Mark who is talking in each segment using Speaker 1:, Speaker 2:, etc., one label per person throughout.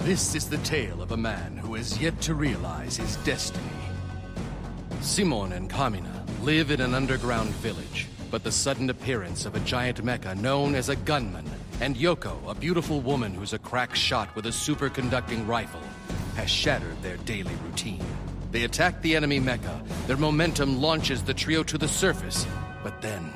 Speaker 1: This is the tale of a man who has yet to realize his destiny. Simon and Kamina live in an underground village, but the sudden appearance of a giant mecha known as a gunman and Yoko, a beautiful woman who's a crack shot with a superconducting rifle, has shattered their daily routine. They attack the enemy mecha. Their momentum launches the trio to the surface, but then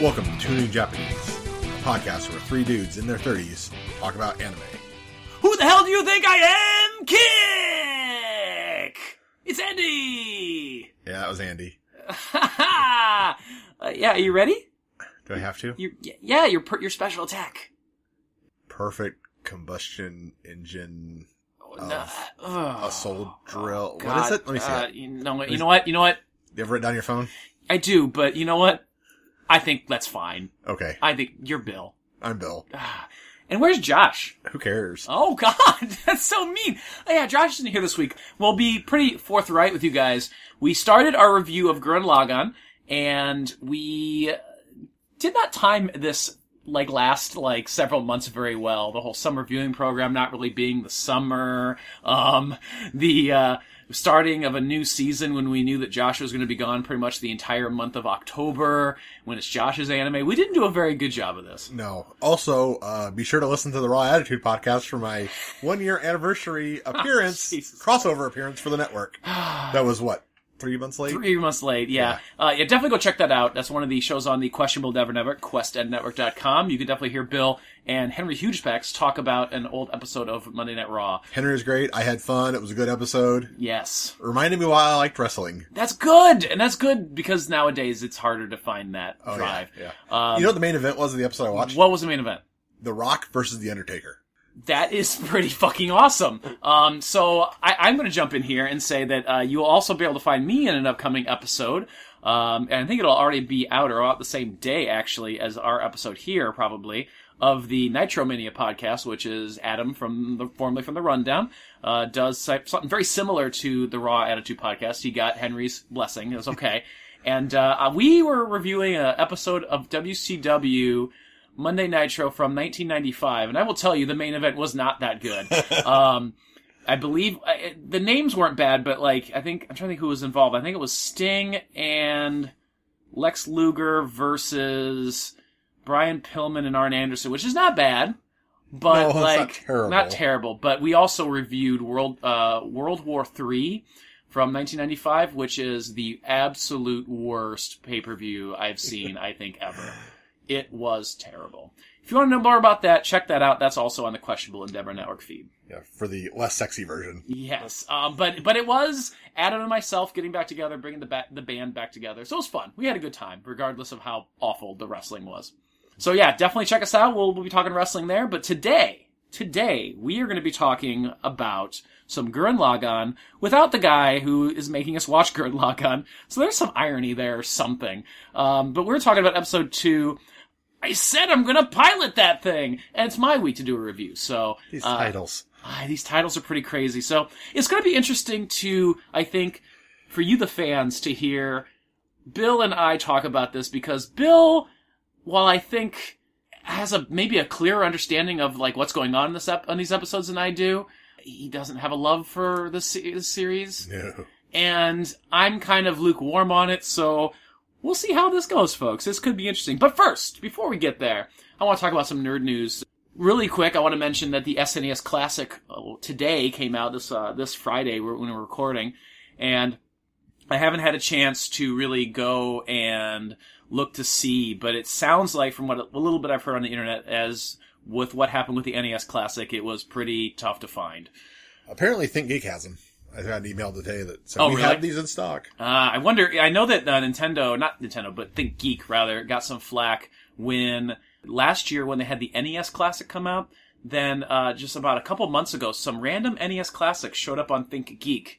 Speaker 2: Welcome to Two New Japanese, a podcast where three dudes in their 30s talk about anime.
Speaker 3: Who the hell do you think I am? Kick! It's Andy!
Speaker 2: Yeah, that was Andy.
Speaker 3: Ha uh, Yeah, are you ready?
Speaker 2: Do I have to?
Speaker 3: You y- yeah, your per- your special attack.
Speaker 2: Perfect combustion engine
Speaker 3: Oh,
Speaker 2: Of
Speaker 3: no, uh,
Speaker 2: assault drill.
Speaker 3: oh,
Speaker 2: what is
Speaker 3: God,
Speaker 2: it? Let me see
Speaker 3: uh,
Speaker 2: it.
Speaker 3: You know what? You know what? You know what?
Speaker 2: You ever written down your phone?
Speaker 3: I do, but you know what? I think that's fine.
Speaker 2: Okay,
Speaker 3: I uh, think you're Bill.
Speaker 2: I'm Bill.
Speaker 3: And where's Josh?
Speaker 2: Who cares?
Speaker 3: Oh God, that's so mean. Oh, yeah, Josh isn't here this week. We'll be pretty forthright with you guys. We started our review of Gurren Lagann, and we did not time this like last like several months very well. The whole summer viewing program not really being the summer. Um, the uh, starting of a new season when we knew that Josh was going to be gone pretty much the entire month of October when it's Josh's anime. We didn't do a very good job of this.
Speaker 2: No. Also, uh, be sure to listen to the Raw Attitude podcast for my one year anniversary appearance,
Speaker 3: Oh, Jesus.
Speaker 2: crossover appearance for the network. that was what? Three months late?
Speaker 3: Three months late, yeah. Uh, yeah, definitely go check that out. That's one of the shows on the Questionable Never Never, questednetwork.com. You can definitely hear Bill and Henry Hugespex talk about an old episode of Monday Night Raw.
Speaker 2: Henry was great. I had fun. It was a good episode.
Speaker 3: Yes.
Speaker 2: Reminded me why I liked wrestling.
Speaker 3: That's good! And that's good because nowadays it's harder to find that
Speaker 2: Oh,
Speaker 3: drive.
Speaker 2: Yeah. yeah.
Speaker 3: Um,
Speaker 2: you know what the main event was of the episode I watched?
Speaker 3: What was the main event?
Speaker 2: The Rock versus The Undertaker.
Speaker 3: That is pretty fucking awesome. Um, so I, I'm going to jump in here and say that uh, you'll also be able to find me in an upcoming episode. Um, and I think it'll already be out or out the same day, actually, as our episode here, probably, of the Nitro Mania podcast, which is Adam from the formerly from the Rundown, uh, does si- something very similar to the Raw Attitude podcast. He got Henry's blessing. It was okay. and uh, uh, we were reviewing an episode of WCW. Monday Nitro from 1995, and I will tell you the main event was not that good. um, I believe I, the names weren't bad, but like I think I'm trying to think who was involved. I think it was Sting and Lex Luger versus Brian Pillman and Arn Anderson, which is not bad,
Speaker 2: No,
Speaker 3: but
Speaker 2: it's not
Speaker 3: like
Speaker 2: terrible.
Speaker 3: not terrible. But we also reviewed World uh, World War Three. From 1995, which is the absolute worst pay per view I've seen, I think, ever. It was terrible. If you want to know more about that, check that out. That's also on the Questionable Endeavor Network feed.
Speaker 2: Yeah, for the less sexy version.
Speaker 3: Yes, um, but but it was Adam and myself getting back together, bringing the ba- the band back together. So it was fun. We had a good time, regardless of how awful the wrestling was. So yeah, definitely check us out. We'll, we'll be talking wrestling there. But today, today we are going to be talking about some Gurren Lagann without the guy who is making us watch Gurren Lagann. So there's some irony there or something. Um, but we're talking about episode two. I said I'm going to pilot that thing, and it's my week to do a review. So
Speaker 2: These
Speaker 3: uh,
Speaker 2: titles.
Speaker 3: Ah, these titles are pretty crazy. So it's going to be interesting to, I think, for you, the fans, to hear Bill and I talk about this because Bill, while I think has a maybe a clearer understanding of like what's going on in this ep- on these episodes than I do, he doesn't have a love for this, se- this series,
Speaker 2: No.
Speaker 3: and I'm kind of lukewarm on it. So we'll see how this goes, folks. This could be interesting. But first, before we get there, I want to talk about some nerd news. Really quick, I want to mention that the SNES Classic uh, today came out this uh, this Friday when we we're recording, and I haven't had a chance to really go and look to see, but it sounds like from what a little bit I've heard on the internet, as E with what happened with the NES Classic, it was pretty tough to find.
Speaker 2: Apparently, Think Geek has them. I got an email today that said
Speaker 3: Oh,
Speaker 2: we
Speaker 3: really?
Speaker 2: have these in stock.
Speaker 3: Uh, I wonder. I know that uh, Nintendo, not Nintendo, but Think Geek rather, got some flack when last year when they had the NES Classic come out. Then uh, just about a couple months ago, some random NES Classic showed up on Think Geek,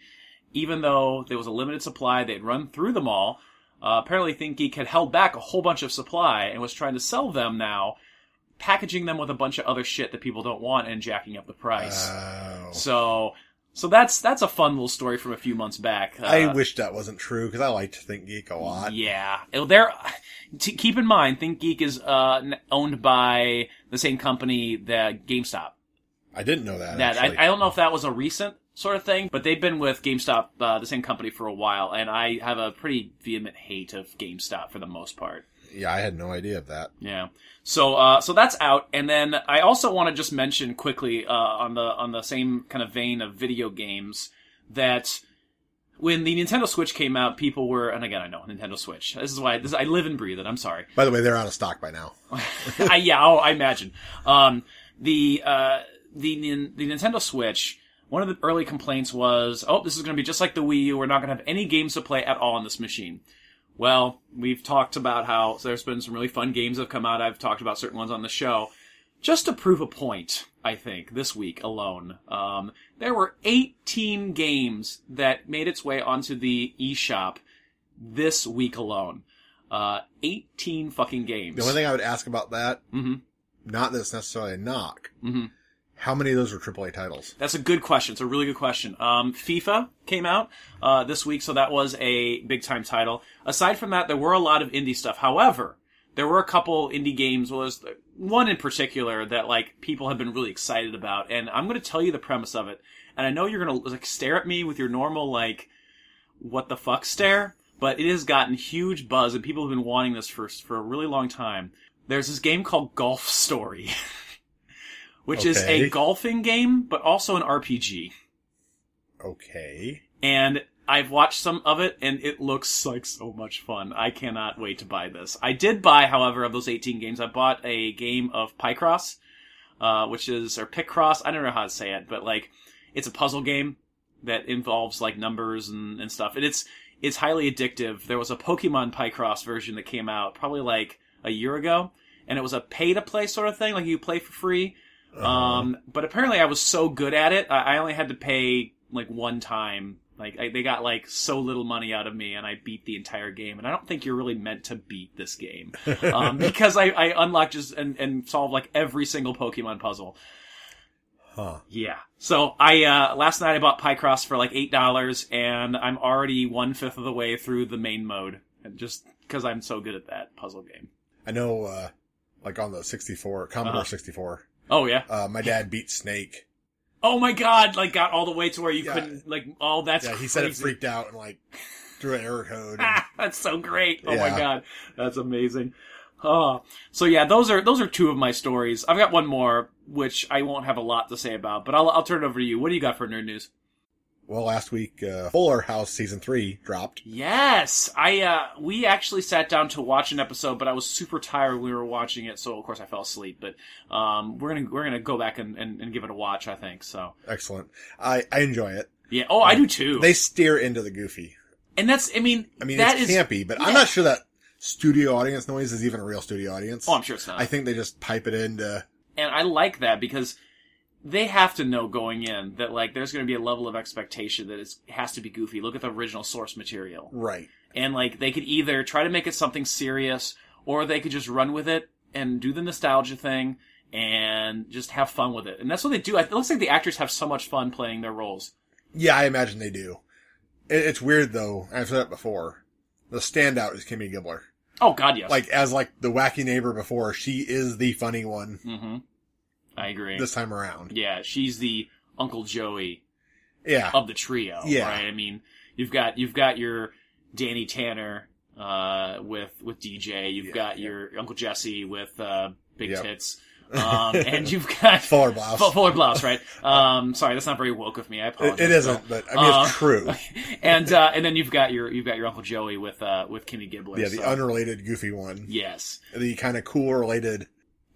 Speaker 3: even though there was a limited supply. They'd run through them all. Uh, apparently, Think Geek had held back a whole bunch of supply and was trying to sell them now, packaging them with a bunch of other shit that people don't want and jacking up the price.
Speaker 2: Oh.
Speaker 3: uh, so. So that's that's a fun little story from a few months back. Uh,
Speaker 2: I wish that wasn't true because I like to think geek a lot.
Speaker 3: yeah, Well, there. To keep in mind, ThinkGeek is uh, n- owned by the same company that GameStop.
Speaker 2: I didn't know that.
Speaker 3: That
Speaker 2: actually.
Speaker 3: I, I don't know if that was a recent sort of thing, but they've been with GameStop, uh, the same company, for a while, and I have a pretty vehement hate of GameStop for the most part.
Speaker 2: yeah, I had no idea of that.
Speaker 3: Yeah. So uh, so that's out, and then I also want to just mention quickly uh, on the on the same kind of vein of video games that when the Nintendo Switch came out, people were, and again I know Nintendo Switch. This is why this, I live and breathe it. I'm sorry.
Speaker 2: By the way, they're out of stock by now.
Speaker 3: I, yeah, oh, I imagine. Um, the uh, the Nin- the Nintendo Switch. One of the early complaints was, "Oh, this is going to be just like the Wii U. We're not going to have any games to play at all on this machine." Well, we've talked about how there's been some really fun games that have come out. I've talked about certain ones on the show. Just to prove a point, I think this week alone, um, there were 18 games that made its way onto the eShop this week alone. Uh, 18 fucking games.
Speaker 2: The only thing I would ask about that,
Speaker 3: Mhm.
Speaker 2: not that it's necessarily a knock,
Speaker 3: Mhm.
Speaker 2: how many of those were AAA titles?
Speaker 3: That's a good question. It's a really good question. Um, FIFA came out uh, this week, so that was a big time title. Aside from that, there were a lot of indie stuff. However, there were a couple indie games. Well, there's one in particular that like people have been really excited about, and I'm going to tell you the premise of it. And I know you're going to like stare at me with your normal like what the fuck stare, but it has gotten huge buzz, and people have been wanting this for for a really long time. There's this game called Golf Story. Which is a
Speaker 2: Okay.
Speaker 3: golfing game, but also an RPG.
Speaker 2: Okay.
Speaker 3: And I've watched some of it, and it looks like so much fun. I cannot wait to buy this. I did buy, however, of those 18 games, I bought a game of Picross, uh, which is, or Picross, I don't know how to say it, but like, it's a puzzle game that involves like numbers and, and stuff. And it's, it's highly addictive. There was a Pokemon Picross version that came out probably like a year ago, and it was a pay to play sort of thing, like you play for free. Um, but apparently I was so good at it, I I only had to pay like one time. Like I, they got like so little money out of me, and I beat the entire game. And I don't think you're really meant to beat this game um, because I, I unlocked just and, and solved like every single Pokemon puzzle.
Speaker 2: Huh.
Speaker 3: Yeah. So I uh, last night I bought Pycross for like eight dollars, and I'm already one fifth of the way through the main mode, and just because I'm so good at that puzzle game.
Speaker 2: I know, uh, like on the 64, Commodore
Speaker 3: Uh-huh.
Speaker 2: 64,
Speaker 3: Oh yeah.
Speaker 2: uh, my dad beat Snake.
Speaker 3: Oh my god! Like got all the way to where you
Speaker 2: Yeah.
Speaker 3: couldn't like. Oh, that's
Speaker 2: yeah, he said it
Speaker 3: crazy.
Speaker 2: freaked out and like threw an error code. And,
Speaker 3: Ah, that's so great. Oh my
Speaker 2: Yeah.
Speaker 3: god. That's amazing. Oh. So yeah, those are those are two of my stories. I've got one more which I won't have a lot to say about, but I'll I'll turn it over to you. What do you got for nerd news?
Speaker 2: well, last week, uh, Fuller House season three dropped.
Speaker 3: Yes, I uh we actually sat down to watch an episode, but I was super tired when we were watching it, so of course I fell asleep, but um we're going to we're going to go back and, and and give it a watch, I think. So.
Speaker 2: Excellent. I, I enjoy it.
Speaker 3: Yeah. Oh, I do too.
Speaker 2: They steer into the goofy.
Speaker 3: and that's I mean,
Speaker 2: I mean,
Speaker 3: that
Speaker 2: it's
Speaker 3: is
Speaker 2: campy, but I'm
Speaker 3: yeah.
Speaker 2: not sure that studio audience noise is even a real studio audience.
Speaker 3: Oh, I'm sure it's not.
Speaker 2: I think they just pipe it into.
Speaker 3: and I like that because they have to know going in that like there's going to be a level of expectation that it's, it has to be goofy. Look at the original source material,
Speaker 2: Right.
Speaker 3: and like they could either try to make it something serious, or they could just run with it and do the nostalgia thing and just have fun with it. And that's what they do. It looks like the actors have so much fun playing their roles.
Speaker 2: Yeah, I imagine they do. It, it's weird though. I've said it before. The standout is Kimmy Gibbler.
Speaker 3: Oh God, yes,
Speaker 2: Like as like the wacky neighbor before, she is the funny one
Speaker 3: mm-hmm. I agree.
Speaker 2: this time around.
Speaker 3: yeah, she's the Uncle Joey
Speaker 2: Yeah.
Speaker 3: of the trio,
Speaker 2: Yeah.
Speaker 3: right? I mean, you've got you've got your Danny Tanner uh, with with DJ. You've
Speaker 2: Yeah,
Speaker 3: got
Speaker 2: yeah.
Speaker 3: your Uncle Jesse with uh, big
Speaker 2: Yep.
Speaker 3: tits, um, and you've got Fuller
Speaker 2: Fuller blouse.
Speaker 3: Blouse, right? Um, sorry, that's not very woke of me. I
Speaker 2: It,
Speaker 3: apologize.
Speaker 2: it isn't, but I mean it's
Speaker 3: Uh,
Speaker 2: true.
Speaker 3: and uh, and then you've got your you've got your Uncle Joey with uh, with Kimmy Gibbler.
Speaker 2: Yeah, the
Speaker 3: so-
Speaker 2: unrelated goofy one.
Speaker 3: yes,
Speaker 2: The kind of cool related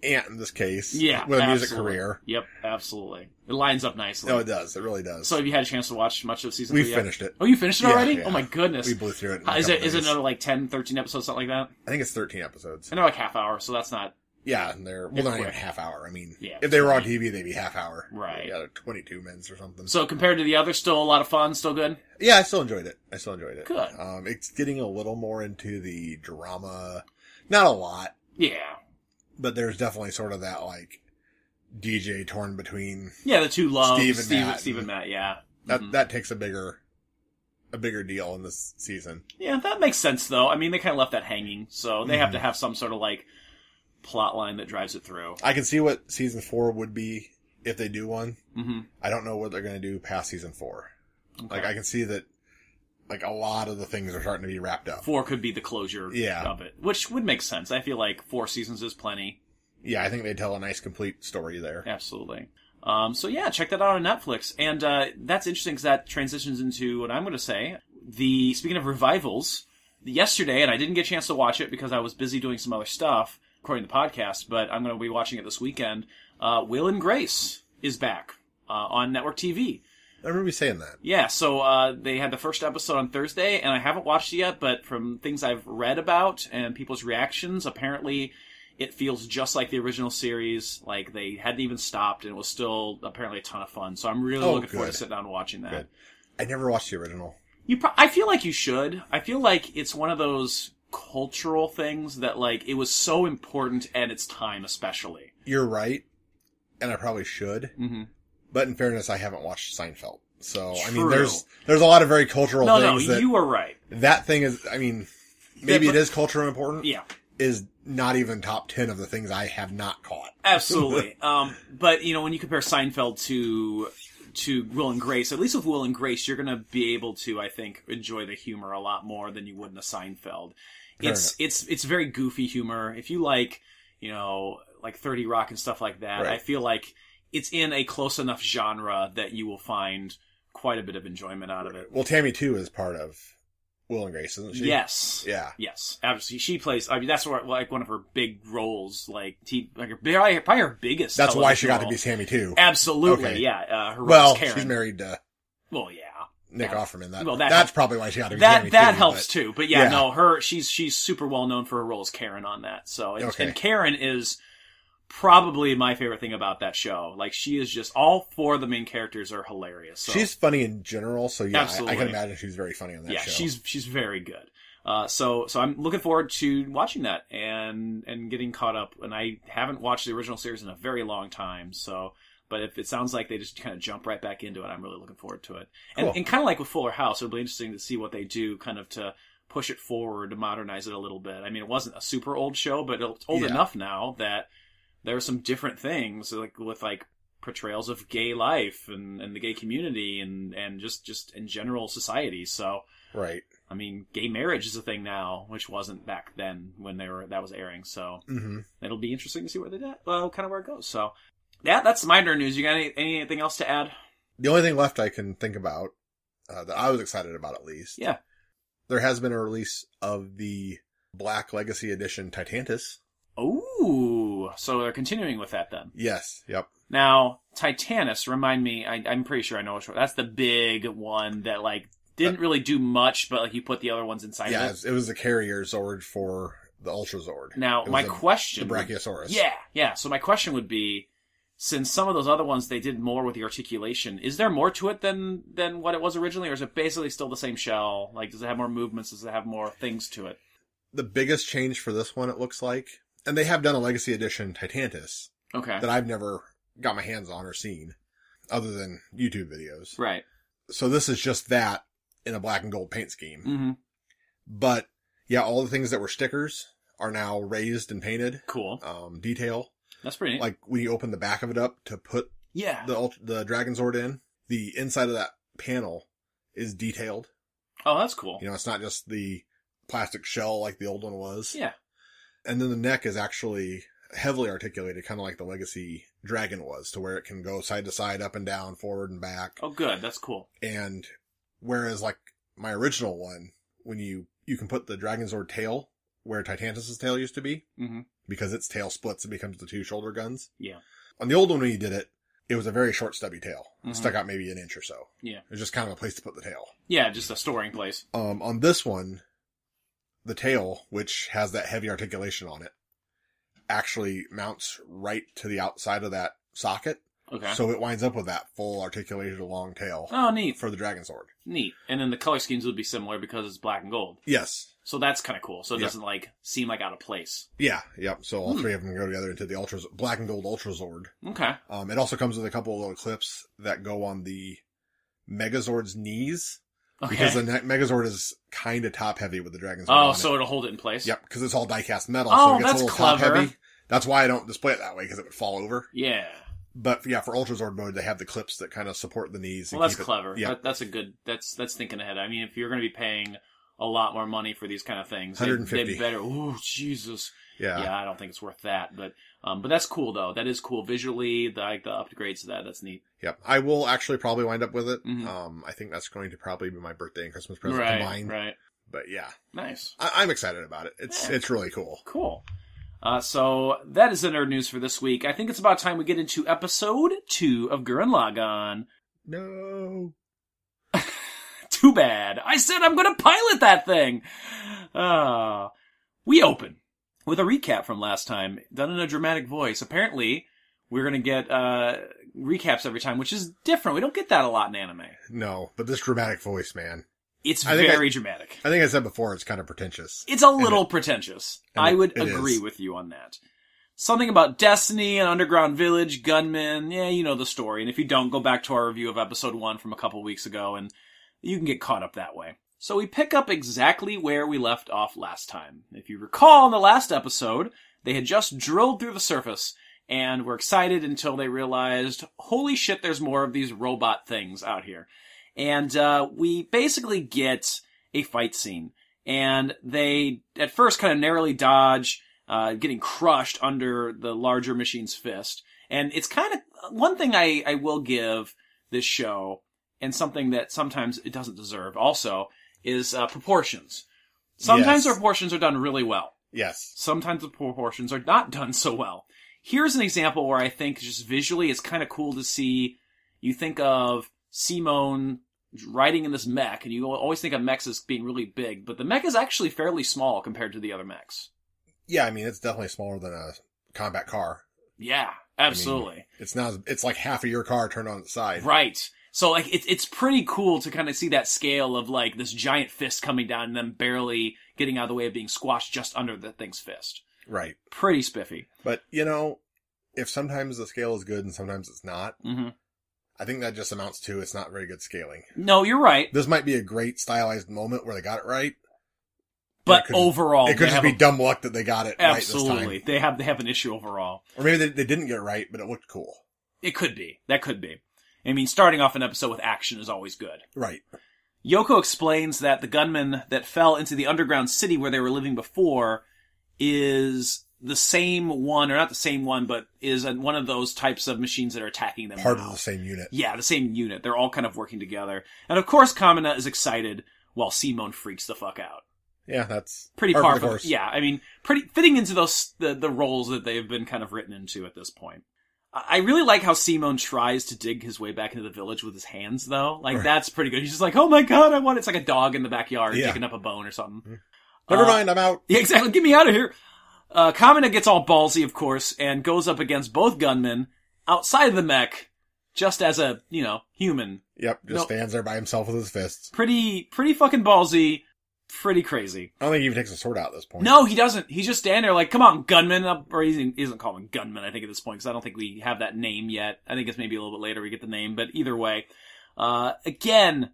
Speaker 2: Ant in this case.
Speaker 3: Yeah,
Speaker 2: With a music
Speaker 3: absolutely.
Speaker 2: career.
Speaker 3: Yep, absolutely. It lines up nicely.
Speaker 2: No, it does. It really does.
Speaker 3: so have you had a chance to watch much of season
Speaker 2: We
Speaker 3: three yet?
Speaker 2: finished it.
Speaker 3: Oh, you finished it
Speaker 2: Yeah,
Speaker 3: already?
Speaker 2: yeah.
Speaker 3: Oh my goodness.
Speaker 2: we blew through it. in a
Speaker 3: Uh, is
Speaker 2: couple
Speaker 3: it is it
Speaker 2: days.
Speaker 3: another like 10, 13 episodes, something like that?
Speaker 2: I think it's 13 episodes.
Speaker 3: And they're like half hour, so that's not
Speaker 2: Yeah, and they're well, they're not even
Speaker 3: quick.
Speaker 2: half hour. I mean,
Speaker 3: Yeah,
Speaker 2: if they were on TV, they'd be half hour.
Speaker 3: Right.
Speaker 2: Yeah, they're 22 minutes or something.
Speaker 3: so compared to the other, still a lot of fun, still good.
Speaker 2: yeah, I still enjoyed it. I still enjoyed it.
Speaker 3: Good.
Speaker 2: Um, it's getting a little more into the drama. Not a lot,
Speaker 3: Yeah,
Speaker 2: but there's definitely sort of that like DJ torn between
Speaker 3: yeah, the two loves,
Speaker 2: Steve and
Speaker 3: Steve,
Speaker 2: Matt.
Speaker 3: Steve and Matt. Yeah,
Speaker 2: that
Speaker 3: Mhm.
Speaker 2: that takes a bigger a bigger deal in this season.
Speaker 3: yeah, that makes sense though. I mean, they kind of left that hanging, so they have to
Speaker 2: Mm-hmm.
Speaker 3: have some sort of like plot line that drives it through.
Speaker 2: I can see what season four would be if they do one.
Speaker 3: Mm-hmm.
Speaker 2: I don't know what they're going to do past season four. Like I can see that like a lot of the things are starting to be wrapped up.
Speaker 3: Four could be the closure
Speaker 2: Yeah.
Speaker 3: of it, which would make sense. I feel like four seasons is plenty.
Speaker 2: Yeah, I think they tell a nice complete story there.
Speaker 3: Absolutely. Um, so yeah, check that out on Netflix, and uh, that's interesting because that transitions into what I'm going to say. The speaking of revivals, yesterday, and I didn't get a chance to watch it because I was busy doing some other stuff, recording the podcast. But I'm going to be watching it this weekend. Uh, Will and Grace is back uh, on network TV.
Speaker 2: I remember you saying that.
Speaker 3: Yeah, so uh, they had the first episode on Thursday, and I haven't watched it yet, but from things I've read about and people's reactions, apparently it feels just like the original series. Like they hadn't even stopped, and it was still apparently a ton of fun. So I'm really
Speaker 2: Oh,
Speaker 3: looking forward to
Speaker 2: good.
Speaker 3: sitting down and watching that.
Speaker 2: Good. I never watched the original.
Speaker 3: You, pro- I feel like you should. I feel like it's one of those cultural things that like it was so important at its time, especially.
Speaker 2: You're right, and I probably should.
Speaker 3: Mm-hmm.
Speaker 2: But in fairness, I haven't watched Seinfeld. So I mean,
Speaker 3: True.
Speaker 2: there's there's a lot of very cultural
Speaker 3: No, no,
Speaker 2: things that
Speaker 3: you were right.
Speaker 2: that thing is. I mean, maybe
Speaker 3: Yeah, but-
Speaker 2: it is culturally important.
Speaker 3: Yeah.
Speaker 2: is not even top ten of the things I have not caught.
Speaker 3: Absolutely. um, but you know, when you compare Seinfeld to to Will and Grace, at least with Will and Grace, you're going to be able to, I think, enjoy the humor a lot more than you would in a Seinfeld. it's
Speaker 2: enough.
Speaker 3: it's it's very goofy humor. If you like, you know, like Thirty Rock and stuff like that,
Speaker 2: Right.
Speaker 3: I feel like it's in a close enough genre that you will find quite a bit of enjoyment out of it.
Speaker 2: Well, Tammy too is part of Will and Grace, isn't she?
Speaker 3: Yes.
Speaker 2: Yeah.
Speaker 3: Yes, absolutely. She plays. I mean, that's what, like one of her big roles, like t- like her, probably probably her biggest.
Speaker 2: That's why
Speaker 3: television
Speaker 2: she got to
Speaker 3: role.
Speaker 2: be Tammy too.
Speaker 3: Absolutely,
Speaker 2: Okay.
Speaker 3: yeah. Uh, her well,
Speaker 2: well,
Speaker 3: is Karen.
Speaker 2: she's married to
Speaker 3: Well, yeah.
Speaker 2: Nick
Speaker 3: Yeah.
Speaker 2: Offerman. That,
Speaker 3: Well, that-
Speaker 2: that's probably why she got to be Tammy
Speaker 3: That that
Speaker 2: too,
Speaker 3: helps
Speaker 2: but-
Speaker 3: too. But yeah,
Speaker 2: Yeah.
Speaker 3: no, her she's she's super well known for her role as Karen on that. So and,
Speaker 2: Okay.
Speaker 3: and Karen is probably my favorite thing about that show. Like she is just all four of the main characters are hilarious. So.
Speaker 2: She's funny in general, so yeah, I, I
Speaker 3: Absolutely.
Speaker 2: can imagine she's very funny on that
Speaker 3: yeah,
Speaker 2: show.
Speaker 3: she's she's very good. Uh, so so I'm looking forward to watching that and and getting caught up. And I haven't watched the original series in a very long time. So, but if it sounds like they just kind of jump right back into it, I'm really looking forward to it. And
Speaker 2: Cool.
Speaker 3: and kind of like with Fuller House, it'll be interesting to see what they do, kind of to push it forward to modernize it a little bit. I mean, it wasn't a super old show, but it's old
Speaker 2: Yeah.
Speaker 3: enough now that there are some different things like with like portrayals of gay life and, and the gay community and, and just, just in general society. So,
Speaker 2: right.
Speaker 3: I mean, gay marriage is a thing now, which wasn't back then when they were that was airing. So
Speaker 2: hmm
Speaker 3: it'll be interesting to see where they did, well, kind of where it goes. So yeah, that's minor news. You got any, anything else to add?
Speaker 2: The only thing left I can think about uh, that I was excited about, at least,
Speaker 3: Yeah.
Speaker 2: there has been a release of the Black Legacy Edition Titantis.
Speaker 3: Ooh, so they're continuing with that then.
Speaker 2: Yes. Yep.
Speaker 3: Now, Titanus, remind me. I, I'm pretty sure I know which one. That's the big one that like didn't really do much, but like you put the other ones inside.
Speaker 2: Uh, yeah. It
Speaker 3: of it.
Speaker 2: was, it was the carrier Zord for the Ultra Zord.
Speaker 3: Now,
Speaker 2: It was
Speaker 3: my
Speaker 2: a-
Speaker 3: question
Speaker 2: the Brachiosaurus.
Speaker 3: Yeah, yeah. So my question would be, since some of those other ones they did more with the articulation, is there more to it than than what it was originally, or is it basically still the same shell? Like, does it have more movements? Does it have more things to it?
Speaker 2: The biggest change for this one, it looks like, and they have done a Legacy Edition Titantis
Speaker 3: Okay,
Speaker 2: that I've never got my hands on or seen, other than YouTube videos.
Speaker 3: right.
Speaker 2: So this is just that in a black and gold paint scheme.
Speaker 3: Mm-hmm.
Speaker 2: But yeah, all the things that were stickers are now raised and painted.
Speaker 3: Cool.
Speaker 2: Um, detail
Speaker 3: That's pretty neat.
Speaker 2: like when you open the back of it up to put
Speaker 3: yeah.
Speaker 2: the ult- the Dragon Zord in, the inside of that panel is detailed.
Speaker 3: oh, that's cool.
Speaker 2: You know, it's not just the plastic shell like the old one was.
Speaker 3: Yeah.
Speaker 2: And then the neck is actually heavily articulated, kind of like the Legacy Dragon was, to where it can go side to side, up and down, forward and back.
Speaker 3: Oh, good. That's cool.
Speaker 2: And whereas like my original one, when you you can put the Dragon Zord tail where Titanus' tail used to be
Speaker 3: hmm
Speaker 2: because its tail splits and becomes the two shoulder guns.
Speaker 3: Yeah.
Speaker 2: On the old one when you did it, it was a very short stubby tail. It
Speaker 3: Mhm.
Speaker 2: stuck out maybe an inch or so.
Speaker 3: Yeah.
Speaker 2: It was just kind of a place to put the tail.
Speaker 3: Yeah, just a storing place.
Speaker 2: Um, on this one, the tail, which has that heavy articulation on it, actually mounts right to the outside of that socket.
Speaker 3: Okay.
Speaker 2: So it winds up with that full articulated long tail
Speaker 3: oh, neat.
Speaker 2: for the dragon sword.
Speaker 3: Neat. And then the color schemes would be similar because it's black and gold.
Speaker 2: Yes.
Speaker 3: So that's kind of cool. So it
Speaker 2: Yeah.
Speaker 3: doesn't like seem like out of place.
Speaker 2: Yeah. Yep. So all three
Speaker 3: Hmm.
Speaker 2: of them go together into the ultra black and gold ultra zord.
Speaker 3: Okay.
Speaker 2: Um, it also comes with a couple of little clips that go on the Megazord's knees
Speaker 3: Okay.
Speaker 2: because the ne- Megazord is kind of top heavy with the Dragon's.
Speaker 3: oh, so it'll hold it in place.
Speaker 2: yep, because it's all die-cast metal,
Speaker 3: Oh,
Speaker 2: so it gets
Speaker 3: that's
Speaker 2: a little
Speaker 3: clever.
Speaker 2: top heavy. That's why I don't display it that way because it would fall over.
Speaker 3: Yeah.
Speaker 2: But yeah, for Ultrazord mode, they have the clips that kind of support the knees.
Speaker 3: Well, that's
Speaker 2: keep it-
Speaker 3: clever.
Speaker 2: Yeah,
Speaker 3: That, that's a good. That's that's thinking ahead. I mean, if you're going to be paying a lot more money for these kind of things, they, they
Speaker 2: 150.
Speaker 3: better. Oh, Jesus.
Speaker 2: yeah,
Speaker 3: Yeah. I don't think it's worth that. But um, but that's cool though. That is cool visually. The, like the upgrades to that. That's neat.
Speaker 2: Yep. I will actually probably wind up with it.
Speaker 3: Mhm.
Speaker 2: Um, I think that's going to probably be my birthday and Christmas present
Speaker 3: right.
Speaker 2: combined.
Speaker 3: Right.
Speaker 2: But yeah,
Speaker 3: Nice.
Speaker 2: I- I'm excited about it. It's
Speaker 3: Yeah.
Speaker 2: it's really cool.
Speaker 3: Cool. Uh, so that is the nerd news for this week. I think it's about time we get into episode two of Gurren Lagann.
Speaker 2: No.
Speaker 3: Too bad. I said I'm going to pilot that thing. Uh, we open with a recap from last time, done in a dramatic voice. Apparently, we're going to get uh, recaps every time, which is different. We don't get that a lot in anime.
Speaker 2: No, but this dramatic voice, man.
Speaker 3: It's
Speaker 2: I think I-
Speaker 3: very dramatic.
Speaker 2: I think I said before it's kind of pretentious.
Speaker 3: It's a little pretentious.
Speaker 2: and
Speaker 3: I
Speaker 2: it-
Speaker 3: would
Speaker 2: it
Speaker 3: agree
Speaker 2: is.
Speaker 3: with you on that. Something about Destiny, an underground village, gunmen. Yeah, you know the story. And if you don't, go back to our review of episode one from a couple weeks ago and you can get caught up that way. So we pick up exactly where we left off last time. If you recall in the last episode, they had just drilled through the surface and were excited until they realized, holy shit, there's more of these robot things out here. And, uh, we basically get a fight scene and they at first kind of narrowly dodge, uh, getting crushed under the larger machine's fist. And it's kind of one thing I, I will give this show, and something that sometimes it doesn't deserve also, is uh, proportions. Sometimes
Speaker 2: Yes.
Speaker 3: their proportions are done really well.
Speaker 2: Yes.
Speaker 3: Sometimes the proportions are not done so well. Here's an example where I think just visually it's kind of cool to see. You think of Simone riding in this mech, and you always think of mechs as being really big, but the mech is actually fairly small compared to the other mechs.
Speaker 2: Yeah, I mean it's definitely smaller than a combat car.
Speaker 3: Yeah, absolutely.
Speaker 2: It's not. as- It's like half of your car turned on its side.
Speaker 3: Right. So like it's it's pretty cool to kind of see that scale of like this giant fist coming down and then barely getting out of the way of being squashed just under the thing's fist.
Speaker 2: Right.
Speaker 3: Pretty spiffy.
Speaker 2: But you know, if sometimes the scale is good and sometimes it's not,
Speaker 3: hmm
Speaker 2: I think that just amounts to it's not very good scaling.
Speaker 3: No, you're right.
Speaker 2: This might be a great stylized moment where they got it right.
Speaker 3: But
Speaker 2: It could-
Speaker 3: overall,
Speaker 2: it
Speaker 3: they
Speaker 2: could just
Speaker 3: have
Speaker 2: be
Speaker 3: a
Speaker 2: dumb luck that they got it
Speaker 3: Oh, Absolutely.
Speaker 2: right this time,
Speaker 3: They have they have an issue overall.
Speaker 2: or maybe they, they didn't get it right, but it looked cool.
Speaker 3: It could be. That could be. I mean, starting off an episode with action is always good.
Speaker 2: Right.
Speaker 3: Yoko explains that the gunman that fell into the underground city where they were living before is the same one, or not the same one, but is a, one of those types of machines that are attacking them.
Speaker 2: Part
Speaker 3: now.
Speaker 2: of the same unit.
Speaker 3: Yeah, the same unit. They're all kind of working together. And of course, Kamina is excited while Simone freaks the fuck out.
Speaker 2: Yeah, that's
Speaker 3: pretty
Speaker 2: par for
Speaker 3: par
Speaker 2: the
Speaker 3: for
Speaker 2: course.
Speaker 3: yeah i mean pretty fitting into those the, the roles that they've been kind of written into at this point i I really like how simon tries to dig his way back into the village with his hands though like
Speaker 2: Right.
Speaker 3: that's pretty good he's just like oh my god i want it." it's like a dog in the backyard
Speaker 2: Yeah. Mm-hmm.
Speaker 3: picking up a bone or something
Speaker 2: Never
Speaker 3: Uh,
Speaker 2: mind. I'm out.
Speaker 3: yeah, exactly get me out of here uh kamina gets all ballsy of course and goes up against both gunmen outside of the mech just as a you know human
Speaker 2: Yep. Just
Speaker 3: no.
Speaker 2: stands there by himself with his fists.
Speaker 3: pretty pretty fucking ballsy pretty crazy
Speaker 2: I don't think he even takes a sword out at this point.
Speaker 3: No, he doesn't. He's just standing there like, come on, gunman. Uh, Or he isn't- he doesn't call him gunman, I think, at this point, because I don't think we have that name yet. I think it's maybe a little bit later we get the name, but either way. Uh, again,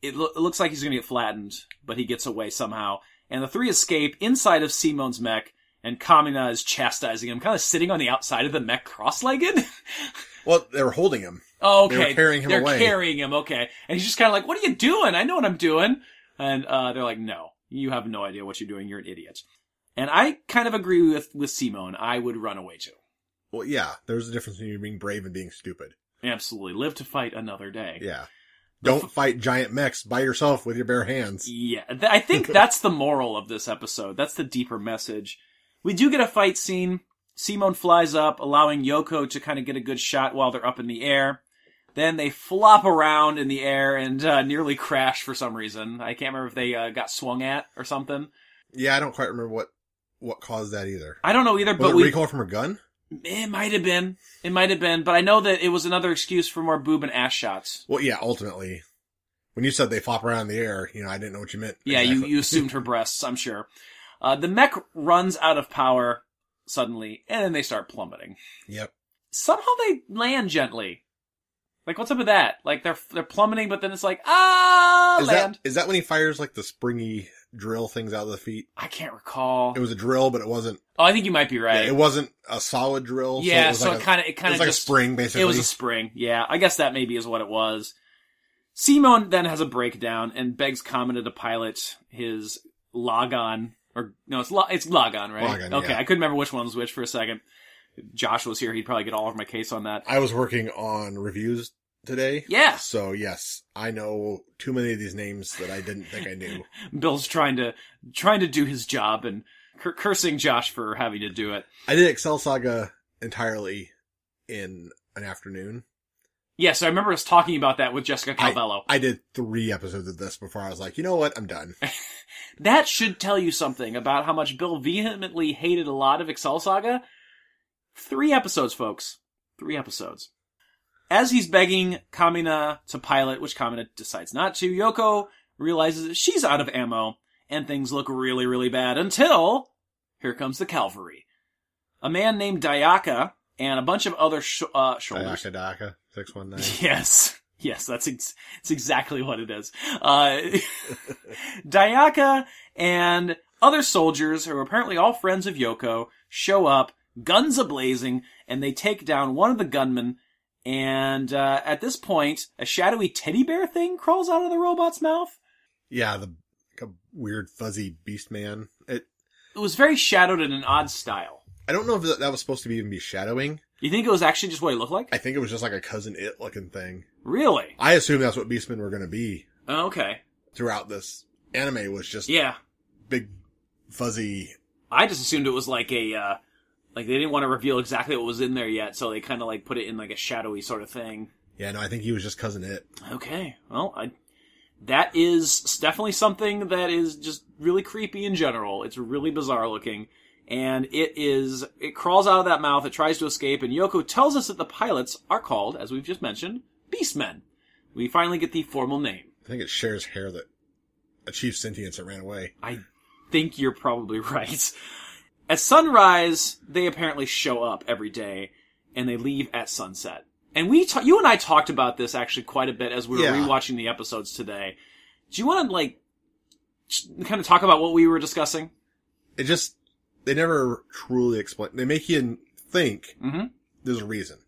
Speaker 3: it, lo- it looks like he's going to get flattened, but he gets away somehow. And the three escape inside of Simone's mech, and Kamina is chastising him, kind of sitting on the outside of the mech cross-legged.
Speaker 2: Well, they were holding him.
Speaker 3: Oh,
Speaker 2: They
Speaker 3: okay.
Speaker 2: were carrying him
Speaker 3: They're
Speaker 2: away.
Speaker 3: carrying him, okay. And he's just kind of like, what are you doing? I know what I'm doing. And, uh, they're like, no, you have no idea what you're doing. You're an idiot. And I kind of agree with, with Simone. I would run away too.
Speaker 2: Well, yeah. There's a difference between being brave and being stupid.
Speaker 3: Absolutely. Live to fight another day.
Speaker 2: Yeah. Don't fight giant mechs by yourself with your bare hands.
Speaker 3: Yeah, th- I think that's the moral of this episode. That's the deeper message. We do get a fight scene. Simone flies up, allowing Yoko to kind of get a good shot while they're up in the air. Then they flop around in the air and uh, nearly crash for some reason. I can't remember if they uh, got swung at or something.
Speaker 2: Yeah, I don't quite remember what what caused that either.
Speaker 3: I don't know either,
Speaker 2: Was
Speaker 3: but
Speaker 2: it
Speaker 3: we,
Speaker 2: recoil from her gun?
Speaker 3: it might have been. It might have been, but I know that it was another excuse for more boob and ass shots.
Speaker 2: Well, yeah. Ultimately, when you said they flop around in the air, you know, I didn't know what you meant.
Speaker 3: Yeah,
Speaker 2: exactly.
Speaker 3: you, you assumed her breasts, I'm sure. Uh, the mech runs out of power suddenly, and then they start plummeting.
Speaker 2: Yep.
Speaker 3: somehow they land gently. Like what's up with that? Like they're they're plummeting, but then it's like ah
Speaker 2: Is
Speaker 3: land.
Speaker 2: that is that when he fires like the springy drill things out of the feet?
Speaker 3: I can't recall.
Speaker 2: It was a drill, but it wasn't.
Speaker 3: oh, I think you might be
Speaker 2: yeah,
Speaker 3: right.
Speaker 2: it wasn't a solid drill.
Speaker 3: Yeah, so
Speaker 2: like
Speaker 3: it
Speaker 2: a-
Speaker 3: kinda- it
Speaker 2: it
Speaker 3: kinda
Speaker 2: was like
Speaker 3: just-
Speaker 2: a spring basically.
Speaker 3: It was a spring. Yeah, I guess that maybe is what it was. Simon then has a breakdown and begs Kamina to pilot his Logon or no, it's Lo- it's Logon, right?
Speaker 2: Logon,
Speaker 3: okay,
Speaker 2: yeah.
Speaker 3: I couldn't remember which one was which for a second. If Josh was here, he'd probably get all over my case on that.
Speaker 2: I was working on reviews today.
Speaker 3: Yeah.
Speaker 2: So yes, I know too many of these names that I didn't think I knew.
Speaker 3: Bill's trying to trying to do his job and cur- cursing Josh for having to do it.
Speaker 2: I did Excel Saga entirely in an afternoon.
Speaker 3: Yes, I remember us talking about that with Jessica Calvello.
Speaker 2: I did three episodes of this before I was like, you know what, I'm done.
Speaker 3: that should tell you something about how much Bill vehemently hated a lot of Excel Saga. Three episodes, folks. Three episodes. As he's begging Kamina to pilot, which Kamina decides not to, Yoko realizes that she's out of ammo and things look really, really bad until here comes the cavalry. A man named Dayaka and a bunch of other sh- uh, shoulders.
Speaker 2: Daka Daka six one nine.
Speaker 3: Yes. Yes, that's ex- it's exactly what it is. Uh, Dayaka and other soldiers who are apparently all friends of Yoko show up, guns ablazing, and they take down one of the gunmen. And uh, at this point, a shadowy teddy bear thing crawls out of the robot's mouth.
Speaker 2: Yeah, the like a weird fuzzy beast man. It.
Speaker 3: It was very shadowed in an odd style.
Speaker 2: I don't know if that, that was supposed to be even be shadowing.
Speaker 3: You think it was actually just what he looked like?
Speaker 2: I think it was just like a cousin it looking thing.
Speaker 3: really?
Speaker 2: I assume that's what beastmen were going to be
Speaker 3: Oh, okay.
Speaker 2: throughout this anime was just
Speaker 3: Yeah.
Speaker 2: big fuzzy.
Speaker 3: I just assumed it was like a uh, like they didn't want to reveal exactly what was in there yet, so they kind of like put it in like a shadowy sort of thing.
Speaker 2: Yeah, no, I think he was just cousin it.
Speaker 3: Okay, well, I, that is definitely something that is just really creepy in general. It's really bizarre looking, and it is it crawls out of that mouth. It tries to escape, and Yoko tells us that the pilots are called, as we've just mentioned, Beastmen. We finally get the formal name.
Speaker 2: I think it shares hair that achieved sentience and ran away.
Speaker 3: I think you're probably right. At sunrise, they apparently show up every day, and they leave at sunset. And we, ta- you and I talked about this actually quite a bit as we were
Speaker 2: Yeah.
Speaker 3: rewatching the episodes today. Do you want to like kind of talk about what we were discussing?
Speaker 2: It just they never truly explain. They make you think
Speaker 3: Mhm.
Speaker 2: there's a reason.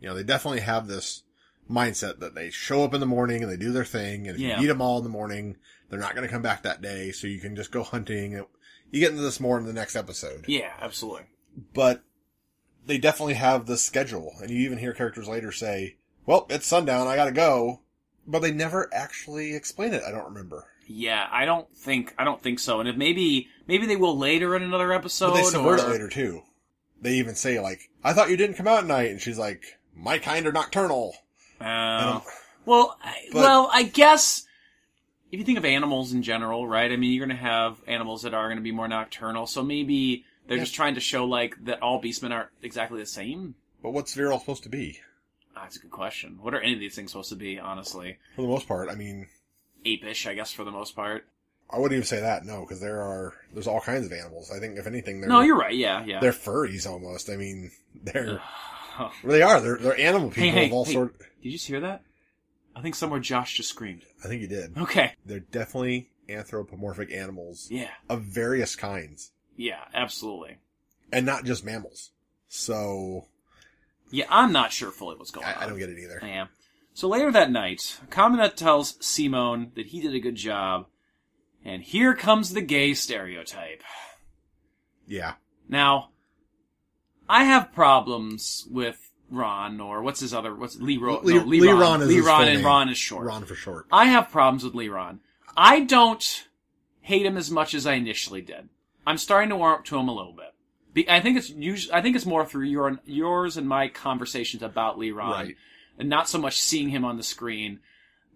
Speaker 2: You know, they definitely have this mindset that they show up in the morning and they do their thing, and if
Speaker 3: Yeah.
Speaker 2: you beat them all in the morning, they're not going to come back that day, so you can just go hunting. and You get into this more in the next episode.
Speaker 3: Yeah, absolutely.
Speaker 2: but they definitely have this schedule. And you even hear characters later say, well, it's sundown, I gotta go. But they never actually explain it, I don't remember.
Speaker 3: Yeah, I don't think I don't think so. And if maybe maybe they will later in another episode.
Speaker 2: but they subvert it
Speaker 3: or-
Speaker 2: later too. They even say like, I thought you didn't come out at night. And she's like, my kind are nocturnal.
Speaker 3: Oh.
Speaker 2: don't-
Speaker 3: well, I,
Speaker 2: but-
Speaker 3: well, I guess if you think of animals in general, right? I mean, you're going to have animals that are going to be more nocturnal, so maybe they're just trying to show like that all beastmen aren't exactly the same.
Speaker 2: But what's Viral supposed to be?
Speaker 3: Ah, that's a good question. What are any of these things supposed to be? Honestly,
Speaker 2: For the most part, I mean,
Speaker 3: apish, I guess, for the most part.
Speaker 2: I wouldn't even say that, no, because there are, there's all kinds of animals. I think if anything, they're,
Speaker 3: No, you're right. Yeah, yeah.
Speaker 2: they're furries almost. I mean, they're, they are, they're, they're animal people
Speaker 3: Hey, hey,
Speaker 2: of all
Speaker 3: hey.
Speaker 2: sort.
Speaker 3: Did you just hear that? I think somewhere Josh just screamed.
Speaker 2: I think you did.
Speaker 3: Okay.
Speaker 2: They're definitely anthropomorphic animals
Speaker 3: Yeah.
Speaker 2: of various kinds
Speaker 3: Yeah. Absolutely.
Speaker 2: and not just mammals. So
Speaker 3: Yeah, I'm not sure fully what's going on.
Speaker 2: I, I don't get it either.
Speaker 3: Yeah. So later that night, Kamina tells Simone that he did a good job, and here comes the gay stereotype.
Speaker 2: Yeah.
Speaker 3: Now, I have problems with Ron or what's his other what's Lee Ron?
Speaker 2: Lee-
Speaker 3: no, Lee,
Speaker 2: Lee
Speaker 3: Ron.
Speaker 2: Ron is
Speaker 3: Lee
Speaker 2: his
Speaker 3: Ron
Speaker 2: full
Speaker 3: and
Speaker 2: name.
Speaker 3: Ron is short.
Speaker 2: Ron for short.
Speaker 3: I have problems with Lee Ron. I don't hate him as much as I initially did. I'm starting to warm up to him a little bit. Be- I think it's usually, I think it's more through your yours and my conversations about Lee Ron,
Speaker 2: Right.
Speaker 3: and not so much seeing him on the screen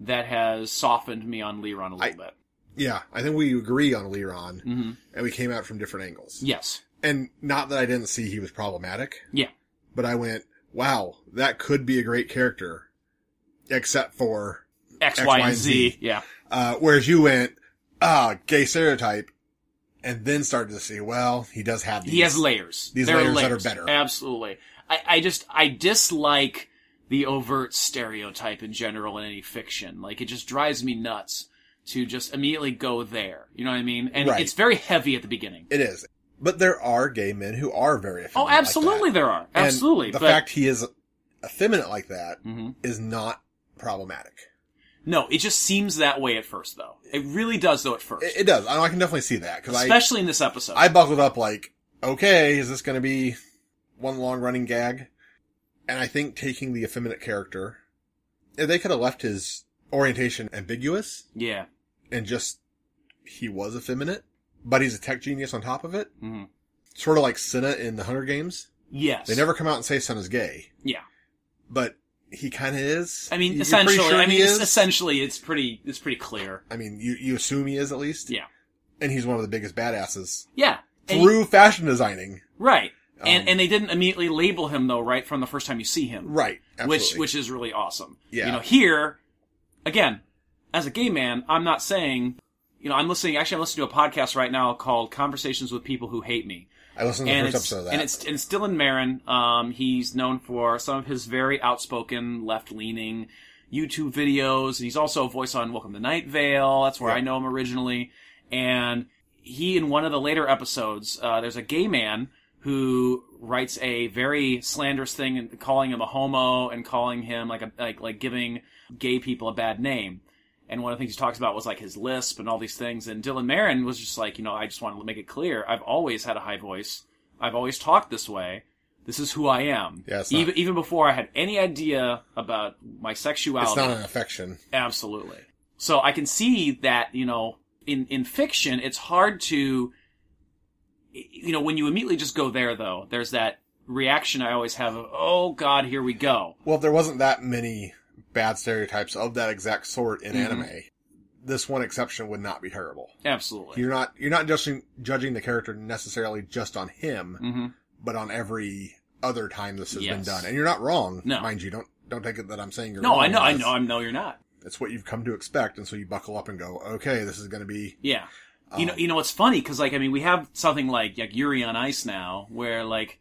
Speaker 3: that has softened me on Lee Ron a little bit.
Speaker 2: Yeah, I think we agree on Leron,
Speaker 3: Mhm.
Speaker 2: and we came out from different angles.
Speaker 3: Yes.
Speaker 2: And not that I didn't see he was problematic,
Speaker 3: Yeah.
Speaker 2: but I went, wow, that could be a great character, except for,
Speaker 3: X, Y,
Speaker 2: X, Y,
Speaker 3: and
Speaker 2: and
Speaker 3: Z.
Speaker 2: Z.
Speaker 3: Yeah.
Speaker 2: uh, whereas you went, ah, gay stereotype, and then started to see, well, he does have these.
Speaker 3: He has layers.
Speaker 2: these
Speaker 3: there
Speaker 2: layers
Speaker 3: are
Speaker 2: that are
Speaker 3: layers.
Speaker 2: better.
Speaker 3: Absolutely. I, I just I dislike the overt stereotype in general in any fiction. Like it just drives me nuts to just immediately go there. You know what I mean? And
Speaker 2: Right.
Speaker 3: it's very heavy at the beginning.
Speaker 2: It is. But there are gay men who are very effeminate.
Speaker 3: Oh,
Speaker 2: like
Speaker 3: absolutely
Speaker 2: that.
Speaker 3: there are.
Speaker 2: And
Speaker 3: Absolutely.
Speaker 2: the
Speaker 3: but
Speaker 2: fact he is effeminate like that is
Speaker 3: Mhm.
Speaker 2: not problematic.
Speaker 3: no, it just seems that way at first though. It really does though at first.
Speaker 2: It, it does. I, I can definitely see that because I,
Speaker 3: Especially in this episode.
Speaker 2: I buckled up like, okay, is this going to be one long running gag? And I think taking the effeminate character, eh, they could have left his orientation ambiguous
Speaker 3: yeah.
Speaker 2: and just he was effeminate, but he's a tech genius on top of it.
Speaker 3: Mhm.
Speaker 2: Sort of like Senna in the Hunger Games.
Speaker 3: Yes.
Speaker 2: They never come out and say Senna's gay,
Speaker 3: Yeah.
Speaker 2: but he kind of is.
Speaker 3: I mean
Speaker 2: You're pretty
Speaker 3: essentially
Speaker 2: sure
Speaker 3: I
Speaker 2: he
Speaker 3: mean
Speaker 2: is.
Speaker 3: essentially it's pretty it's pretty clear.
Speaker 2: I mean, you, you assume he is at least.
Speaker 3: Yeah.
Speaker 2: And he's one of the biggest badasses
Speaker 3: Yeah. And
Speaker 2: through fashion designing.
Speaker 3: Right. and
Speaker 2: Um,
Speaker 3: and they didn't immediately label him though, right from the first time you see him.
Speaker 2: Right.
Speaker 3: Which
Speaker 2: Absolutely.
Speaker 3: which is really awesome.
Speaker 2: Yeah.
Speaker 3: You know, here again, as a gay man, I'm not saying you know, I'm listening actually I'm listening to a podcast right now called Conversations with People Who Hate Me.
Speaker 2: I listened to the
Speaker 3: And
Speaker 2: first
Speaker 3: it's,
Speaker 2: episode of that.
Speaker 3: and it's and it's Dylan Marin. Um he's known for some of his very outspoken, left leaning YouTube videos, and he's also a voice on Welcome to Night Vale. That's where I know him originally. And he, in one of the later episodes, uh, there's a gay man who writes a very slanderous thing, and calling him a homo and calling him like a like like giving gay people a bad name. And one of the things he talks about was like his lisp and all these things. And Dylan Marin was just like, you know, I just want to make it clear, I've always had a high voice. I've always talked this way. This is who I am.
Speaker 2: Yeah, it's not-
Speaker 3: even even before I had any idea about my sexuality.
Speaker 2: It's not an affection.
Speaker 3: Absolutely. So I can see that, you know, in, in fiction, it's hard to, you know, when you immediately just go there, though, there's that reaction I always have of, oh God, here we go.
Speaker 2: Well, there wasn't that many bad stereotypes of that exact sort in
Speaker 3: Mm-hmm.
Speaker 2: anime. This one exception would not be terrible.
Speaker 3: Absolutely.
Speaker 2: You're not you're not judging judging the character necessarily just on him,
Speaker 3: hmm
Speaker 2: but on every other time this has been
Speaker 3: Yes.
Speaker 2: done. And you're not wrong,
Speaker 3: No.
Speaker 2: mind you. Don't don't take it that I'm saying you're
Speaker 3: No,
Speaker 2: wrong.
Speaker 3: I know, I
Speaker 2: It's-
Speaker 3: know, I know you're not.
Speaker 2: It's what you've come to expect, and so you buckle up and go, okay, this is going to be
Speaker 3: Yeah. You know, you know, it's funny because, like, I mean, we have something like, like Yuri on Ice now, where like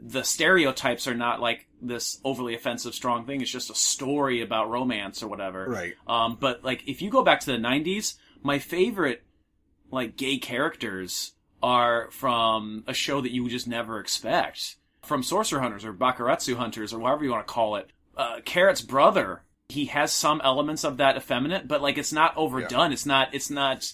Speaker 3: the stereotypes are not like this overly offensive, strong thing. It's just a story about romance or whatever.
Speaker 2: right.
Speaker 3: Um, but like if you go back to the '90s, my favorite like gay characters are from a show that you would just never expect, from Sorcerer Hunters or Bakuretsu Hunters or whatever you want to call it. Uh, Carrot's brother, he has some elements of that effeminate, but like it's not overdone. It's not. It's not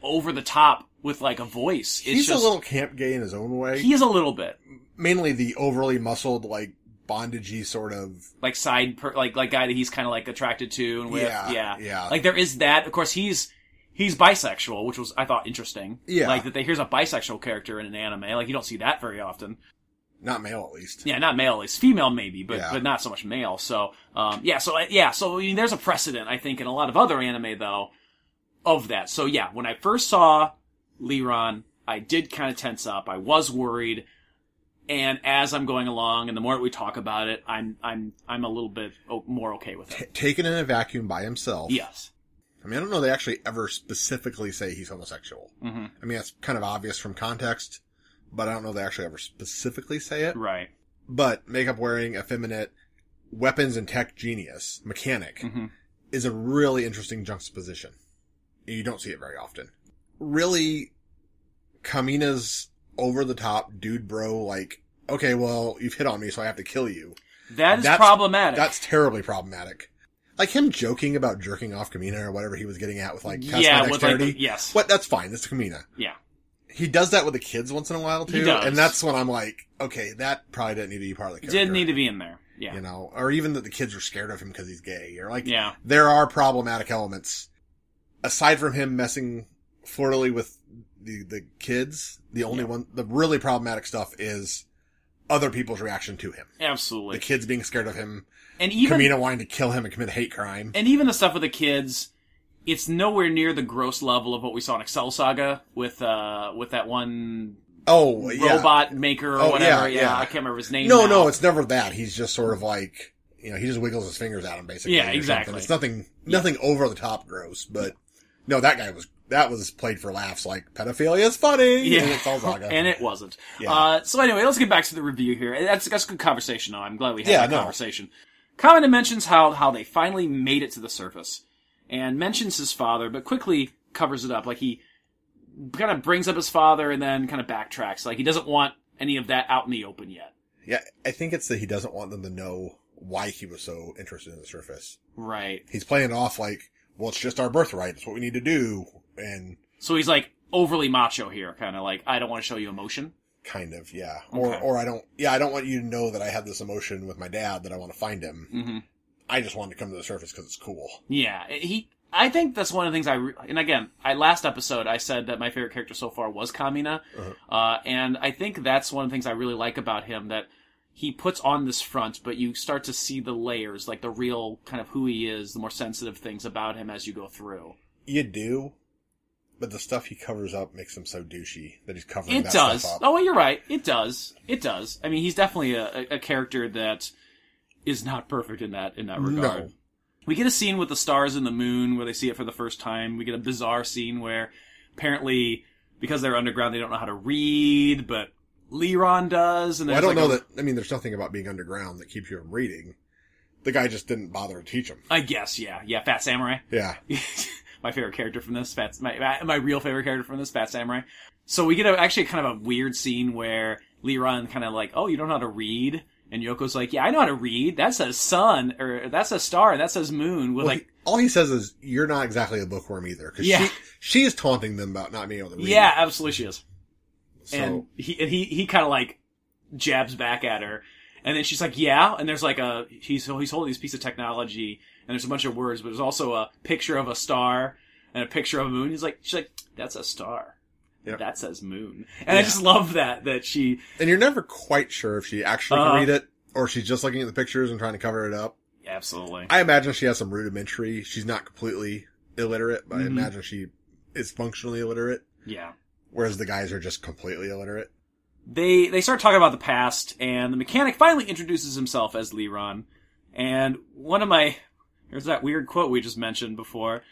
Speaker 3: over the top with like a voice. It's
Speaker 2: He's
Speaker 3: just,
Speaker 2: a little camp gay in his own way.
Speaker 3: He is a little bit
Speaker 2: Mainly the overly muscled, like bondagey sort of
Speaker 3: like side per, like like guy that he's kind of like attracted to and with
Speaker 2: Yeah,
Speaker 3: yeah
Speaker 2: yeah.
Speaker 3: like there is that of course he's he's bisexual which was i thought interesting
Speaker 2: Yeah.
Speaker 3: like that they, here's a bisexual character in an anime like you don't see that very often
Speaker 2: not male at least.
Speaker 3: yeah not male it's female maybe but
Speaker 2: Yeah.
Speaker 3: but not so much male so um yeah so I- yeah so I mean, there's a precedent i think in a lot of other anime though of that so yeah when i first saw leron i did kind of tense up i was worried and as I'm going along, and the more that we talk about it, I'm I'm I'm a little bit o- more okay with it.
Speaker 2: T- taken in a vacuum by himself.
Speaker 3: Yes.
Speaker 2: I mean, I don't know they actually ever specifically say he's homosexual.
Speaker 3: hmm
Speaker 2: I mean, that's kind of obvious from context, but I don't know they actually ever specifically say it.
Speaker 3: Right.
Speaker 2: But makeup wearing, effeminate, weapons and tech genius, mechanic,
Speaker 3: Mhm.
Speaker 2: is a really interesting juxtaposition. You don't see it very often. Really, Kamina's over the top dude bro, like, okay, well, you've hit on me, so I have to kill you.
Speaker 3: That is
Speaker 2: That's-
Speaker 3: problematic.
Speaker 2: That's terribly problematic. Like him joking about jerking off Kamina or whatever he was getting at with like past
Speaker 3: Yeah,
Speaker 2: my
Speaker 3: with, like,
Speaker 2: dexterity.
Speaker 3: the- yes.
Speaker 2: What that's fine, that's Kamina.
Speaker 3: yeah.
Speaker 2: He does that with the kids once in a while too.
Speaker 3: He does.
Speaker 2: And that's when I'm like, okay, that probably didn't need to be part of the character.
Speaker 3: Did need to be in there. Yeah.
Speaker 2: You know, or even that the kids are scared of him because he's gay. Or like,
Speaker 3: Yeah.
Speaker 2: there are problematic elements. Aside from him messing flirtily with the, the kids, the only one, the really problematic stuff is other people's reaction to him. The
Speaker 3: Absolutely.
Speaker 2: kids being scared of him,
Speaker 3: And even
Speaker 2: Kamina wanting to kill him and commit a hate crime.
Speaker 3: and even the stuff with the kids, it's nowhere near the gross level of what we saw in Excel Saga with uh with that one
Speaker 2: Oh, yeah.
Speaker 3: robot maker or
Speaker 2: Oh,
Speaker 3: whatever.
Speaker 2: yeah,
Speaker 3: Yeah,
Speaker 2: yeah.
Speaker 3: I can't remember his name.
Speaker 2: No,
Speaker 3: now.
Speaker 2: no, it's never that. He's just sort of like, you know, he just wiggles his fingers at him basically.
Speaker 3: Yeah,
Speaker 2: or something.
Speaker 3: exactly.
Speaker 2: It's nothing, nothing over the top gross, but no, that guy was, that was played for laughs like pedophilia is funny.
Speaker 3: Yeah.
Speaker 2: And it's all Zaga.
Speaker 3: and it wasn't.
Speaker 2: Yeah.
Speaker 3: Uh, so anyway, let's get back to the review here. That's that's good conversation. Though. I'm glad we had
Speaker 2: Yeah,
Speaker 3: that
Speaker 2: no.
Speaker 3: conversation. Kamina mentions how how they finally made it to the surface, and mentions his father, but quickly covers it up. Like he kind of brings up his father and then kind of backtracks. Like he doesn't want any of that out in the open yet.
Speaker 2: Yeah, I think it's that he doesn't want them to know why he was so interested in the surface.
Speaker 3: Right.
Speaker 2: He's playing it off like, well, it's just our birthright. It's what we need to do. And
Speaker 3: So he's like overly macho here, kind of like I don't want to show you emotion.
Speaker 2: kind of, yeah. Or,
Speaker 3: Okay.
Speaker 2: or I don't, yeah, I don't want you to know that I had this emotion with my dad that I want to find him.
Speaker 3: Mm-hmm.
Speaker 2: I just wanted to come to the surface because it's cool.
Speaker 3: Yeah, he. I think that's one of the things I. Re- and again, I last episode I said that my favorite character so far was Kamina, uh and I think that's one of the things I really like about him that he puts on this front, but you start to see the layers, like the real kind of who he is, the more sensitive things about him as you go through.
Speaker 2: You do, but the stuff he covers up makes him so douchey that he's covering
Speaker 3: It
Speaker 2: that
Speaker 3: does.
Speaker 2: stuff up.
Speaker 3: Oh, well, you're right. It does. It does. I mean, he's definitely a, a- a character that is not perfect in that in that regard.
Speaker 2: No.
Speaker 3: We get a scene with the stars and the moon where they see it for the first time. We get a bizarre scene where apparently because they're underground they don't know how to read, but Leron does. And
Speaker 2: Well, I
Speaker 3: there's
Speaker 2: don't know
Speaker 3: like a-
Speaker 2: that. I mean, there's nothing about being underground that keeps you from reading. The guy just didn't bother to teach him.
Speaker 3: I guess yeah, yeah. Fat Samurai.
Speaker 2: Yeah,
Speaker 3: my favorite character from this, Fat, my, my- my real favorite character from this, Fat Samurai. So we get a, actually kind of a weird scene where Leron kind of like, oh, you don't know how to read? And Yoko's like, yeah, I know how to read. That says sun, or that says star, that says moon. With
Speaker 2: Well,
Speaker 3: like,
Speaker 2: he- all he says is, "You're not exactly a bookworm either," because
Speaker 3: Yeah.
Speaker 2: she she is taunting them about not being able to read.
Speaker 3: yeah, absolutely she is.
Speaker 2: so
Speaker 3: And he, and he, he kind of like jabs back at her. And then she's like, yeah. And there's like a, he's, he's holding this piece of technology and there's a bunch of words, but there's also a picture of a star and a picture of a moon. He's like, she's like, that's a star.
Speaker 2: Yep.
Speaker 3: That says moon. And I just love that, that she,
Speaker 2: and you're never quite sure if she actually
Speaker 3: Uh-huh.
Speaker 2: can read it or she's just looking at the pictures and trying to cover it up.
Speaker 3: absolutely.
Speaker 2: I imagine she has some rudimentary. She's not completely illiterate, but I
Speaker 3: Mm-hmm.
Speaker 2: imagine she is functionally illiterate,
Speaker 3: yeah.
Speaker 2: whereas the guys are just completely illiterate.
Speaker 3: They, they start talking about the past and the mechanic finally introduces himself as Leron. And one of my, there's that weird quote we just mentioned before.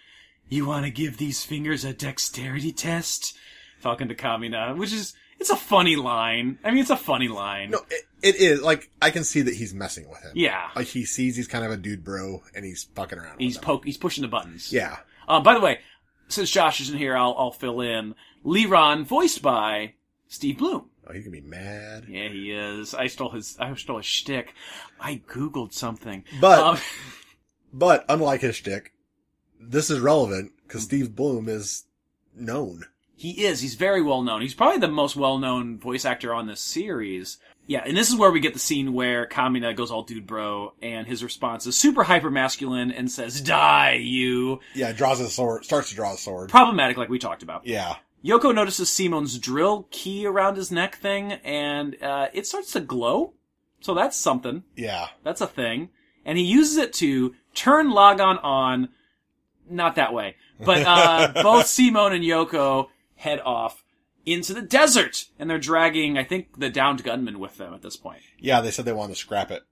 Speaker 3: You want to give these fingers a dexterity test? Talking to Kamina, which is, it's a funny line. I mean, it's a funny line.
Speaker 2: No, it, it is like I can see that he's messing with him.
Speaker 3: Yeah.
Speaker 2: like he sees he's kind of a dude bro, and he's fucking around.
Speaker 3: He's
Speaker 2: with him.
Speaker 3: poke, he's pushing the buttons.
Speaker 2: yeah,
Speaker 3: Uh, by the way, since Josh isn't here, I'll, I'll fill in. Leron, voiced by Steve Bloom.
Speaker 2: oh, he can be mad.
Speaker 3: Yeah, he is. I stole his. I stole his shtick. I googled something,
Speaker 2: But-
Speaker 3: Um,
Speaker 2: But unlike his shtick, this is relevant because
Speaker 3: Mm.
Speaker 2: Steve Bloom is known.
Speaker 3: he is. He's very well known. He's probably the most well known voice actor on this series. Yeah, and this is where we get the scene where Kamina goes all dude bro, and his response is super hyper masculine and says "Die you."
Speaker 2: Yeah, draws his sword, starts to draw his sword.
Speaker 3: Problematic, like we talked about.
Speaker 2: Yeah,
Speaker 3: Yoko notices Simon's drill key around his neck thing, and uh, it starts to glow. So that's something.
Speaker 2: yeah.
Speaker 3: That's a thing. And he uses it to turn Logon on. Not that way. But uh, both Simone and Yoko head off into the desert. And they're dragging, I think, the downed gunman with them at this point.
Speaker 2: Yeah, they said they wanted to scrap it.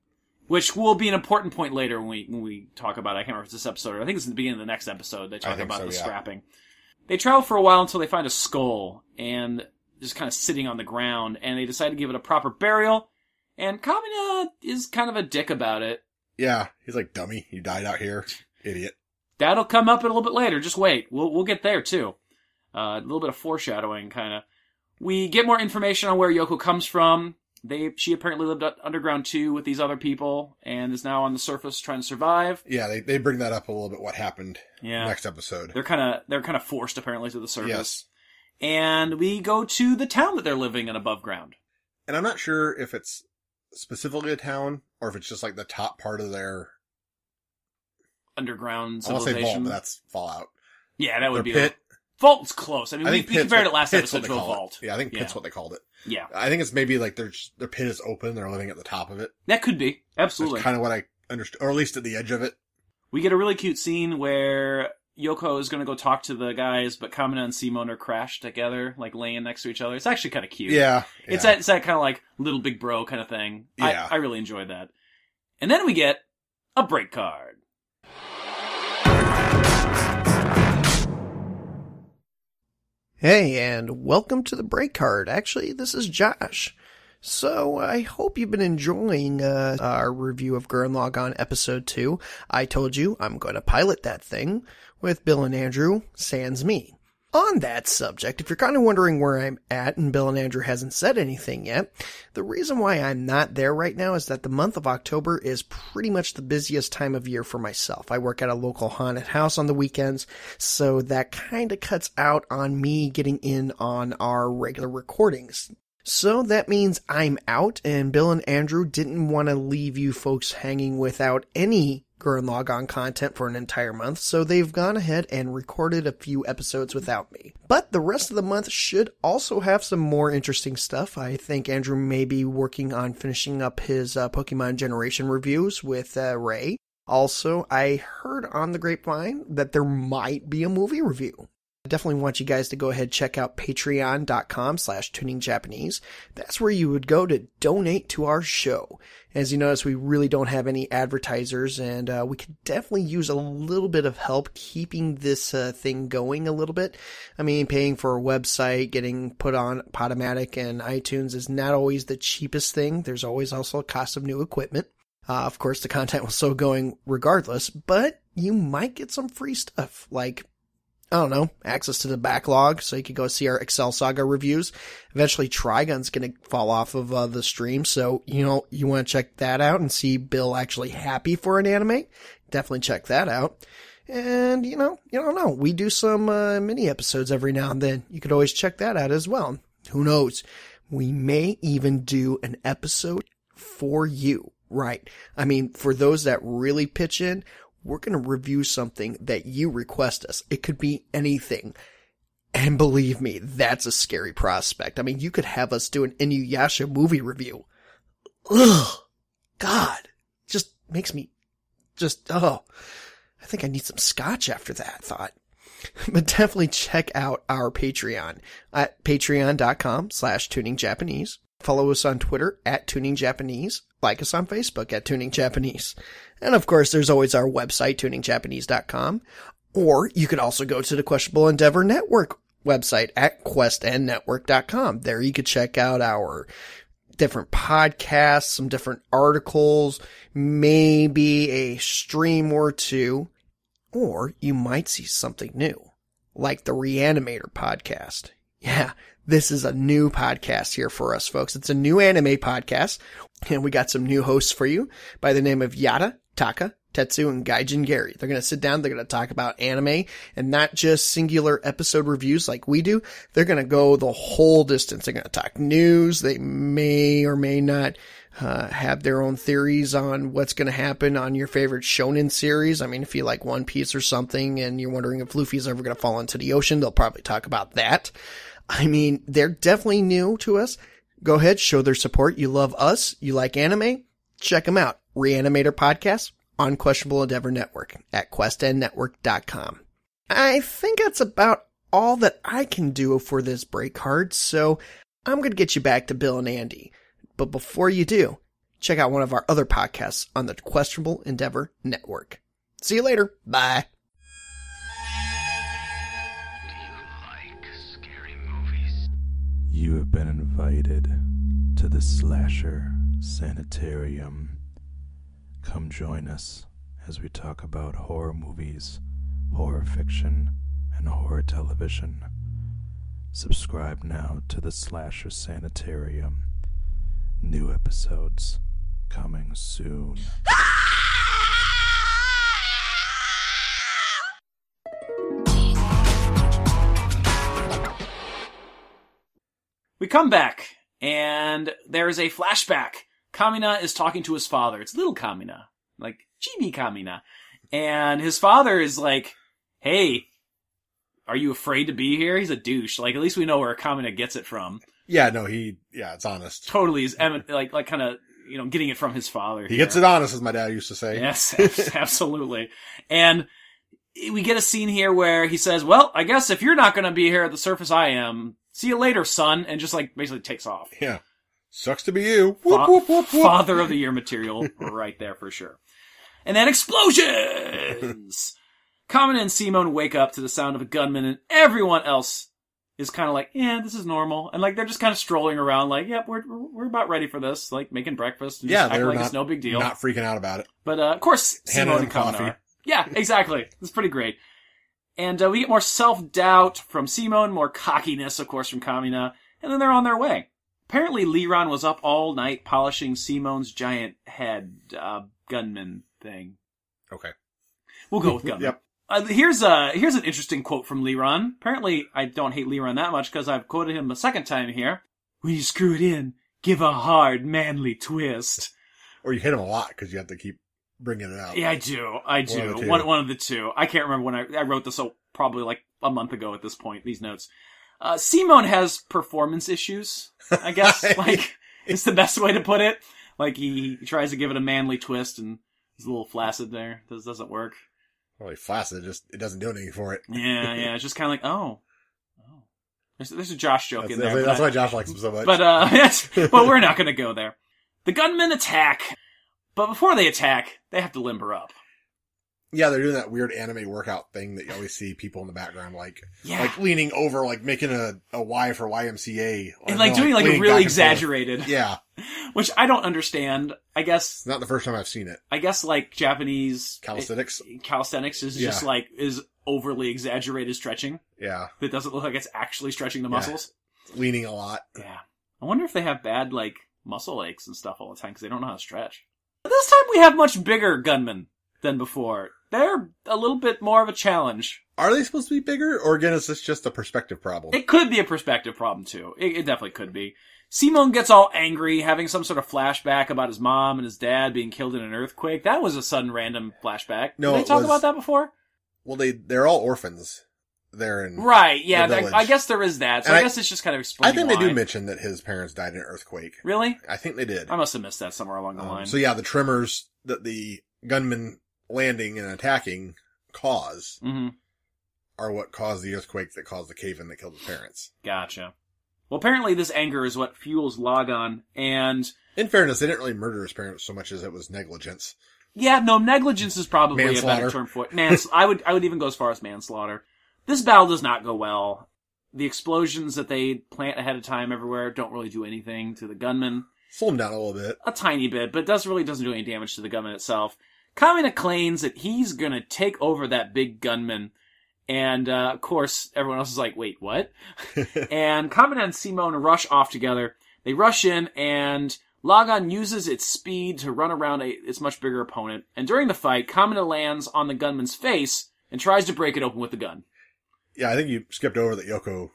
Speaker 3: Which will be an important point later when we, when we talk about, I can't remember if it's this episode, or I think it's in the beginning of the next episode, they talk
Speaker 2: think
Speaker 3: about
Speaker 2: so,
Speaker 3: the
Speaker 2: yeah.
Speaker 3: scrapping. They travel for a while until they find a skull, and just kind of sitting on the ground, and they decide to give it a proper burial, and Kamina is kind of a dick about it,
Speaker 2: Yeah, he's like, dummy, you died out here, idiot.
Speaker 3: That'll come up a little bit later. Just wait. We'll we'll get there too. Uh, a little bit of foreshadowing, kind of. We get more information on where Yoko comes from. They she apparently lived u- underground too with these other people and is now on the surface trying to survive.
Speaker 2: Yeah, they they bring that up a little bit. What happened?
Speaker 3: Yeah,
Speaker 2: Next episode.
Speaker 3: they're kind of they're kind of forced apparently to the surface.
Speaker 2: Yes,
Speaker 3: And we go to the town that they're living in above ground.
Speaker 2: and I'm not sure if it's specifically a town or if it's just like the top part of their.
Speaker 3: Underground
Speaker 2: I want to say vault,
Speaker 3: civilization.
Speaker 2: but that's Fallout.
Speaker 3: yeah, that would
Speaker 2: Their
Speaker 3: be
Speaker 2: pit.
Speaker 3: Vault's close. I mean,
Speaker 2: I
Speaker 3: we,
Speaker 2: think
Speaker 3: we
Speaker 2: pit's
Speaker 3: compared
Speaker 2: what-
Speaker 3: it last
Speaker 2: pit's what they
Speaker 3: episode to a
Speaker 2: call it.
Speaker 3: vault.
Speaker 2: Yeah, I think pit's
Speaker 3: Yeah.
Speaker 2: what they called it.
Speaker 3: Yeah,
Speaker 2: I think it's maybe like their their pit is open. They're living at the top of it.
Speaker 3: that could be absolutely.
Speaker 2: That's kind of what I understood, or at least at the edge of it.
Speaker 3: We get a really cute scene where Yoko is going to go talk to the guys, but Kamina and Simon are crashed together, like laying next to each other. It's actually kind of cute.
Speaker 2: Yeah,
Speaker 3: It's
Speaker 2: yeah.
Speaker 3: that, it's that kind of like little big bro kind of thing.
Speaker 2: Yeah.
Speaker 3: I, I really enjoyed that. And then we get a break card.
Speaker 4: Hey, and welcome to the break card. Actually, this is Josh. So, I hope you've been enjoying uh, our review of Gurren Lagann episode 2. I told you I'm going to pilot that thing with Bill and Andrew, sans me. On that subject, if you're kind of wondering where I'm at and Bill and Andrew hasn't said anything yet, the reason why I'm not there right now is that the month of October is pretty much the busiest time of year for myself. I work at a local haunted house on the weekends, so that kind of cuts out on me getting in on our regular recordings. So that means I'm out, and Bill and Andrew didn't want to leave you folks hanging without any Gurren Lagann content for an entire month, so they've gone ahead and recorded a few episodes without me. But the rest of the month should also have some more interesting stuff. I think Andrew may be working on finishing up his uh, Pokemon Generation reviews with uh, Ray. Also, I heard on the grapevine that there might be a movie review. I definitely want you guys to go ahead and check out patreon.com slash tuningjapanese. That's where you would go to donate to our show. As you notice, we really don't have any advertisers and uh, we could definitely use a little bit of help keeping this uh, thing going a little bit. I mean, paying for a website, getting put on Podomatic and iTunes is not always the cheapest thing. There's always also a cost of new equipment. Uh, of course, the content was still going regardless, but you might get some free stuff like I don't know, access to the backlog, so you could go see our Excel Saga reviews. Eventually, Trigun's gonna fall off of uh, the stream, so you know you want to check that out and see Bill actually happy for an anime. Definitely check that out. And you know, you don't know, we do some uh, mini episodes every now and then. You could always check that out as well. Who knows? We may even do an episode for you, right? I mean, for those that really pitch in, we're going to review something that you request us. It could be anything. And believe me, that's a scary prospect. I mean, you could have us do an Inuyasha movie review. Ugh. God. Just makes me just, oh, I think I need some scotch after that thought but definitely check out our Patreon at patreon.com slash tuningjapanese. Follow us on Twitter at tuningjapanese. Like us on Facebook at tuningjapanese. And of course, there's always our website, tuningjapanese.com. Or you could also go to the Questionable Endeavor Network website at questandnetwork.com. There you could check out our different podcasts, some different articles, maybe a stream or two or you might see something new, like the Reanimator podcast. Yeah, this is a new podcast here for us, folks. It's a new anime podcast, and we got some new hosts for you by the name of Yada, Taka, Tetsu, and Gaijin Gary. They're going to sit down, they're going to talk about anime, and not just singular episode reviews like we do. They're going to go the whole distance. They're going to talk news. They may or may not uh, have their own theories on what's going to happen on your favorite shonen series. I mean, if you like One Piece or something and you're wondering if Luffy's ever going to fall into the ocean, they'll probably talk about that. I mean, they're definitely new to us. Go ahead, show their support. You love us. You like anime. Check them out. Reanimator Podcast on Questionable Endeavor Network at questendnetwork.com. I think that's about all that I can do for this break card, so I'm going to get you back to Bill and Andy. But before you do, check out one of our other podcasts on the Questionable Endeavor Network. See you later. Bye.
Speaker 5: Do you like scary movies?
Speaker 6: You have been invited to the Slasher Sanitarium. Come join us as we talk about horror movies, horror fiction, and horror television. Subscribe now to the Slasher Sanitarium. New episodes coming soon.
Speaker 3: We come back, and there is a flashback Kamina is talking to his father. It's little Kamina, like chibi Kamina. And his father is like, hey, are you afraid to be here? He's a douche. Like, at least we know where Kamina gets it from.
Speaker 2: Yeah, no, he, yeah, it's honest.
Speaker 3: Totally is, emi- like, like kind of, you know, getting it from his father.
Speaker 2: He gets it honest, as my dad used to say.
Speaker 3: Yes, abs- absolutely. And we get a scene here where he says, well, I guess if you're not going to be here at the surface, I am. See you later, son. And just like basically takes off.
Speaker 2: Yeah. Sucks to be you.
Speaker 3: Fa-
Speaker 2: Whoop, whoop, whoop, whoop.
Speaker 3: Father of the year material right there for sure. And then explosions! Common and Simone wake up to the sound of a gunman and everyone else is kind of like, yeah, this is normal. And like, they're just kind of strolling around like, yep, we're, we're we're about ready for this, like making breakfast and
Speaker 2: yeah,
Speaker 3: just
Speaker 2: they're
Speaker 3: acting like
Speaker 2: not,
Speaker 3: it's no big deal.
Speaker 2: not freaking out about it.
Speaker 3: But uh, of course,
Speaker 2: Hannah
Speaker 3: Simone
Speaker 2: and
Speaker 3: and Common
Speaker 2: coffee.
Speaker 3: are. Yeah, exactly. It's pretty great. And uh, we get more self doubt from Simone, more cockiness, of course, from Kamina, and then they're on their way. Apparently, Leron was up all night polishing Simone's giant head uh, gunman thing.
Speaker 2: Okay.
Speaker 3: We'll go with gunman.
Speaker 2: Yep.
Speaker 3: Uh, here's a here's an interesting quote from Leron. Apparently, I don't hate Leron that much because I've quoted him a second time here. When you screw it in, give a hard, manly twist.
Speaker 2: Or you hit him a lot because you have to keep bringing it out.
Speaker 3: Yeah, I do. I do.
Speaker 2: One
Speaker 3: One
Speaker 2: of the two.
Speaker 3: one, of the two. I can't remember when I, I wrote this. So probably like a month ago at this point. These notes. Uh, Simone has performance issues. I guess like it's the best way to put it. Like he, he tries to give it a manly twist and is a little flaccid there. Does doesn't work.
Speaker 2: Really flaccid. It just, it doesn't do anything for it.
Speaker 3: Yeah, yeah. It's just kind of like oh, oh. There's, there's a Josh joke
Speaker 2: That's,
Speaker 3: in there.
Speaker 2: that's-
Speaker 3: but
Speaker 2: that's
Speaker 3: I-
Speaker 2: why Josh likes him so much.
Speaker 3: But uh, yes, but we're not going to go there. The gunmen attack, but before they attack, they have to limber up.
Speaker 2: yeah, they're doing that weird anime workout thing that you always see people in the background, like,
Speaker 3: Yeah.
Speaker 2: like leaning over, like making a, a Y for YMCA.
Speaker 3: and like
Speaker 2: no,
Speaker 3: doing like
Speaker 2: leaning
Speaker 3: a
Speaker 2: back
Speaker 3: really
Speaker 2: and forth.
Speaker 3: exaggerated,
Speaker 2: Yeah.
Speaker 3: which I don't understand. I guess
Speaker 2: It's not the first time I've seen it.
Speaker 3: I guess like Japanese eh,
Speaker 2: Calisthenics.
Speaker 3: calisthenics is just
Speaker 2: Yeah.
Speaker 3: like is overly exaggerated stretching
Speaker 2: Yeah.
Speaker 3: that doesn't look like it's actually stretching the muscles.
Speaker 2: Leaning a lot.
Speaker 3: Yeah, I wonder if they have bad like muscle aches and stuff all the time because they don't know how to stretch. But this time we have much bigger gunmen than before. They're a little bit more of a challenge.
Speaker 2: Are they supposed to be bigger, or again, is this just a perspective problem?
Speaker 3: It could be a perspective problem too. It, it definitely could be. Simone gets all angry, having some sort of flashback about his mom and his dad being killed in an earthquake. That was a sudden random flashback.
Speaker 2: No,
Speaker 3: Did they
Speaker 2: it
Speaker 3: talk
Speaker 2: was-
Speaker 3: about that before?
Speaker 2: Well, they they're all orphans. They're in
Speaker 3: Right. Yeah.
Speaker 2: The
Speaker 3: that-
Speaker 2: village.
Speaker 3: I guess there is that. So
Speaker 2: And
Speaker 3: I,
Speaker 2: I-
Speaker 3: guess it's just kind of
Speaker 2: I
Speaker 3: explaining.
Speaker 2: think they do
Speaker 3: why.
Speaker 2: mention that his parents died in an earthquake.
Speaker 3: Really?
Speaker 2: I think they did.
Speaker 3: I must have missed that somewhere along the
Speaker 2: Um,
Speaker 3: line.
Speaker 2: so yeah, the tremors that the gunmen landing and attacking cause
Speaker 3: hmm
Speaker 2: are what caused the earthquake that caused the cave-in that killed his parents.
Speaker 3: Gotcha. Well, apparently this anger is what fuels Logon, and
Speaker 2: In fairness, they didn't really murder his parents so much as it was negligence.
Speaker 3: Yeah, no, negligence is probably a better
Speaker 2: Manslaughter.
Speaker 3: term for it. Mans- I would, I would even go as far as manslaughter. This battle does not go well. The explosions that they plant ahead of time everywhere don't really do anything to the gunman.
Speaker 2: Slow him down a little bit.
Speaker 3: A tiny bit, but does really doesn't do any damage to the gunman itself. Kamina claims that he's gonna take over that big gunman. And, uh, of course, everyone else is like, wait, what? and Kamina and Simone rush off together. They rush in and Lagan uses its speed to run around a, its much bigger opponent. And during the fight, Kamina lands on the gunman's face and tries to break it open with the gun.
Speaker 2: Yeah, I think you skipped over that Yoko